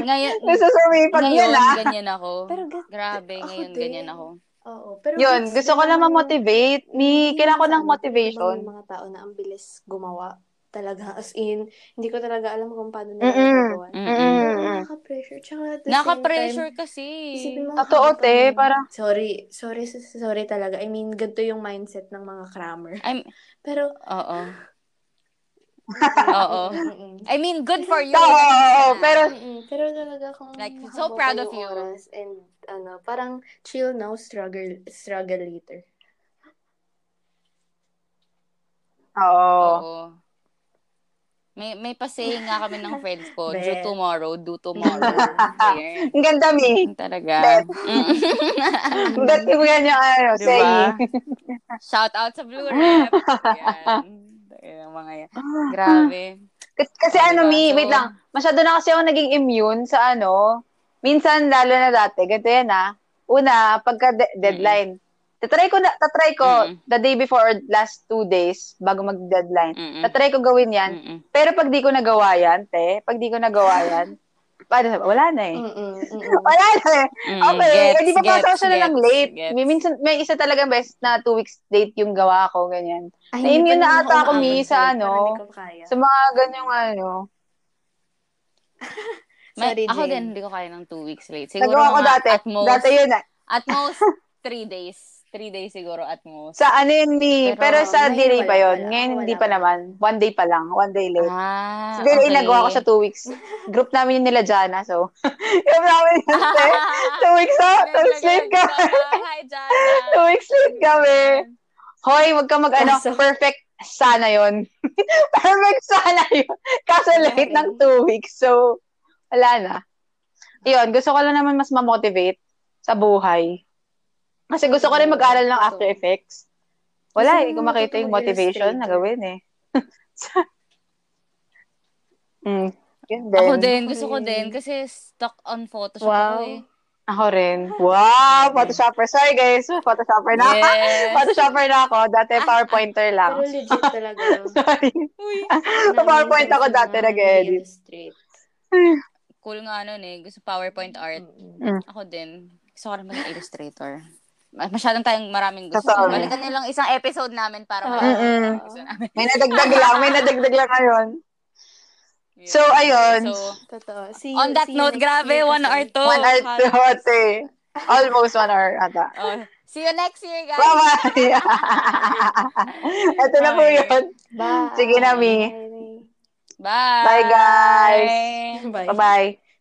Ngay- ngayon,
Gusto sumipag
ngayon,
yun ah.
ganyan ako.
Pero gat-
Grabe,
ako
ngayon,
din.
ganyan ako.
Oo. Pero
Yun,
gets
gusto ko
naman
lang
yung-
ma-motivate. Ni, kailangan ko ng
Ano,
motivation.
May mga tao na ang bilis gumawa talaga. As in, hindi ko talaga alam kung paano nila
Mm-mm.
nagagawa.
Mm-mm.
Pero
Mm-mm.
nakaka-pressure. Tsaka at the same
Naka-pressure
time,
kasi.
isipin mo,
eh. Totoo,
kaya pa
te,
yun.
parang-
Sorry, sorry, sorry talaga. I mean, ganito yung mindset ng mga crammer.
I'm,
Pero,
oo. Oo.
Mm-mm.
I mean, good for you.
Oo, oo,
Yeah.
Eh, pero
Mm-mm. Pero talaga kung
Like,
habang
so proud
kayo
of you.
oras and ano, parang chill now, struggle struggle later.
Oo.
Oo. May may pasaying nga kami ng friends ko,
Bet.
do tomorrow, do tomorrow. Ayan.
Ang ganda, Mi.
Ang Talaga. Mm.
Bet ko yan yung ano,
Diba?
saying.
Shout out sa Blue Rep. Ayan. Ayan ang mga yan. Ah, Grabe.
Kasi, kasi
Oh,
ano,
diba?
Mi, wait
So-
lang. Masyado na kasi ako naging immune sa ano. Minsan, lalo na dati, ganito yan ah. Una, pagka de- deadline. Tatry ko, na, tatry ko
Mm.
the day before or last two days bago mag-deadline.
Mm-mm.
Tatry ko gawin yan.
Mm-mm.
Pero pag di ko nagawa yan, te, pag di ko nagawa yan, paano, wala na eh.
Mm-mm.
Wala na eh.
Mm,
Okay,
gets,
hindi pa
gets,
pasok siya na ng
gets,
late.
gets.
May, minsan, may isa talaga best na two weeks late yung gawa ko, ganyan. Ayun, yun na ata ako, Mi, sa ano. Sa mga ganyang ano.
May-
Sorry,
ako
Jane.
din, hindi ko kaya ng two weeks late. Siguro
eh. Nagawa ko
mga
dati.
at most,
Dati yun ah.
at most, three days. Three days siguro at most.
Sa ano yun,
Pero,
Mi. Pero, sa
ngayon
delay
wala,
pa yun.
wala.
Ngayon
Wala,
hindi pa
wala.
naman. One day pa lang. One day late.
ah,
Siguro yung nagawa ko sa two weeks. Group namin yun nila Jana, so. Group namin yun, te. Two weeks na, tapos late ka.
Hi, Jana.
Two weeks late kami. Hoy, wag ka mag ano,
Kaso-
perfect sana yon perfect sana yon Kaso late
Sorry.
ng two weeks. So, wala na. Yun, gusto ko lang naman mas ma-motivate sa buhay. Kasi gusto ko rin mag-aral ng After
Totoo.
Effects.
Gusto
Wala, hindi
mo
ko makita
matuto
yung motivation na
mag-illustrator.
gawin eh. mm, yun din.
Ako din, gusto ko din.
Sorry.
Kasi stuck on Photoshop ako eh.
Wow.
Ako rin. Wow, Photoshopper. Sorry guys, Photoshopper na ako.
Yes.
Photoshopper na ako. Dati PowerPointer lang.
Pero legit talaga.
Sorry.
Uy,
Sa PowerPoint ako dati nag-edit.
illustrate
cool nga nun eh. Gusto PowerPoint art. Ako din. Gusto ko rin maging illustrator. Ma- Masyadong tayong maraming gusto.
Totoo.
Balikan nyo lang isang episode namin para
Oo.
malaman kung
Mm-mm.
anong gusto namin.
May nadagdag lang, may nadagdag lang ngayon.
Yeah.
So, ayun.
So,
Totoo. See you-
on that
see you
note,
next
grabe,
year
one
kasi.
hour to.
one hour to
Halos.
ate. Almost one hour ata.
Oh, see you next year, guys.
Bye-bye! Ito na po
Okay.
yun.
Bye.
Sige na, Mi.
Bye.
Bye, guys.
Bye.
Bye-bye.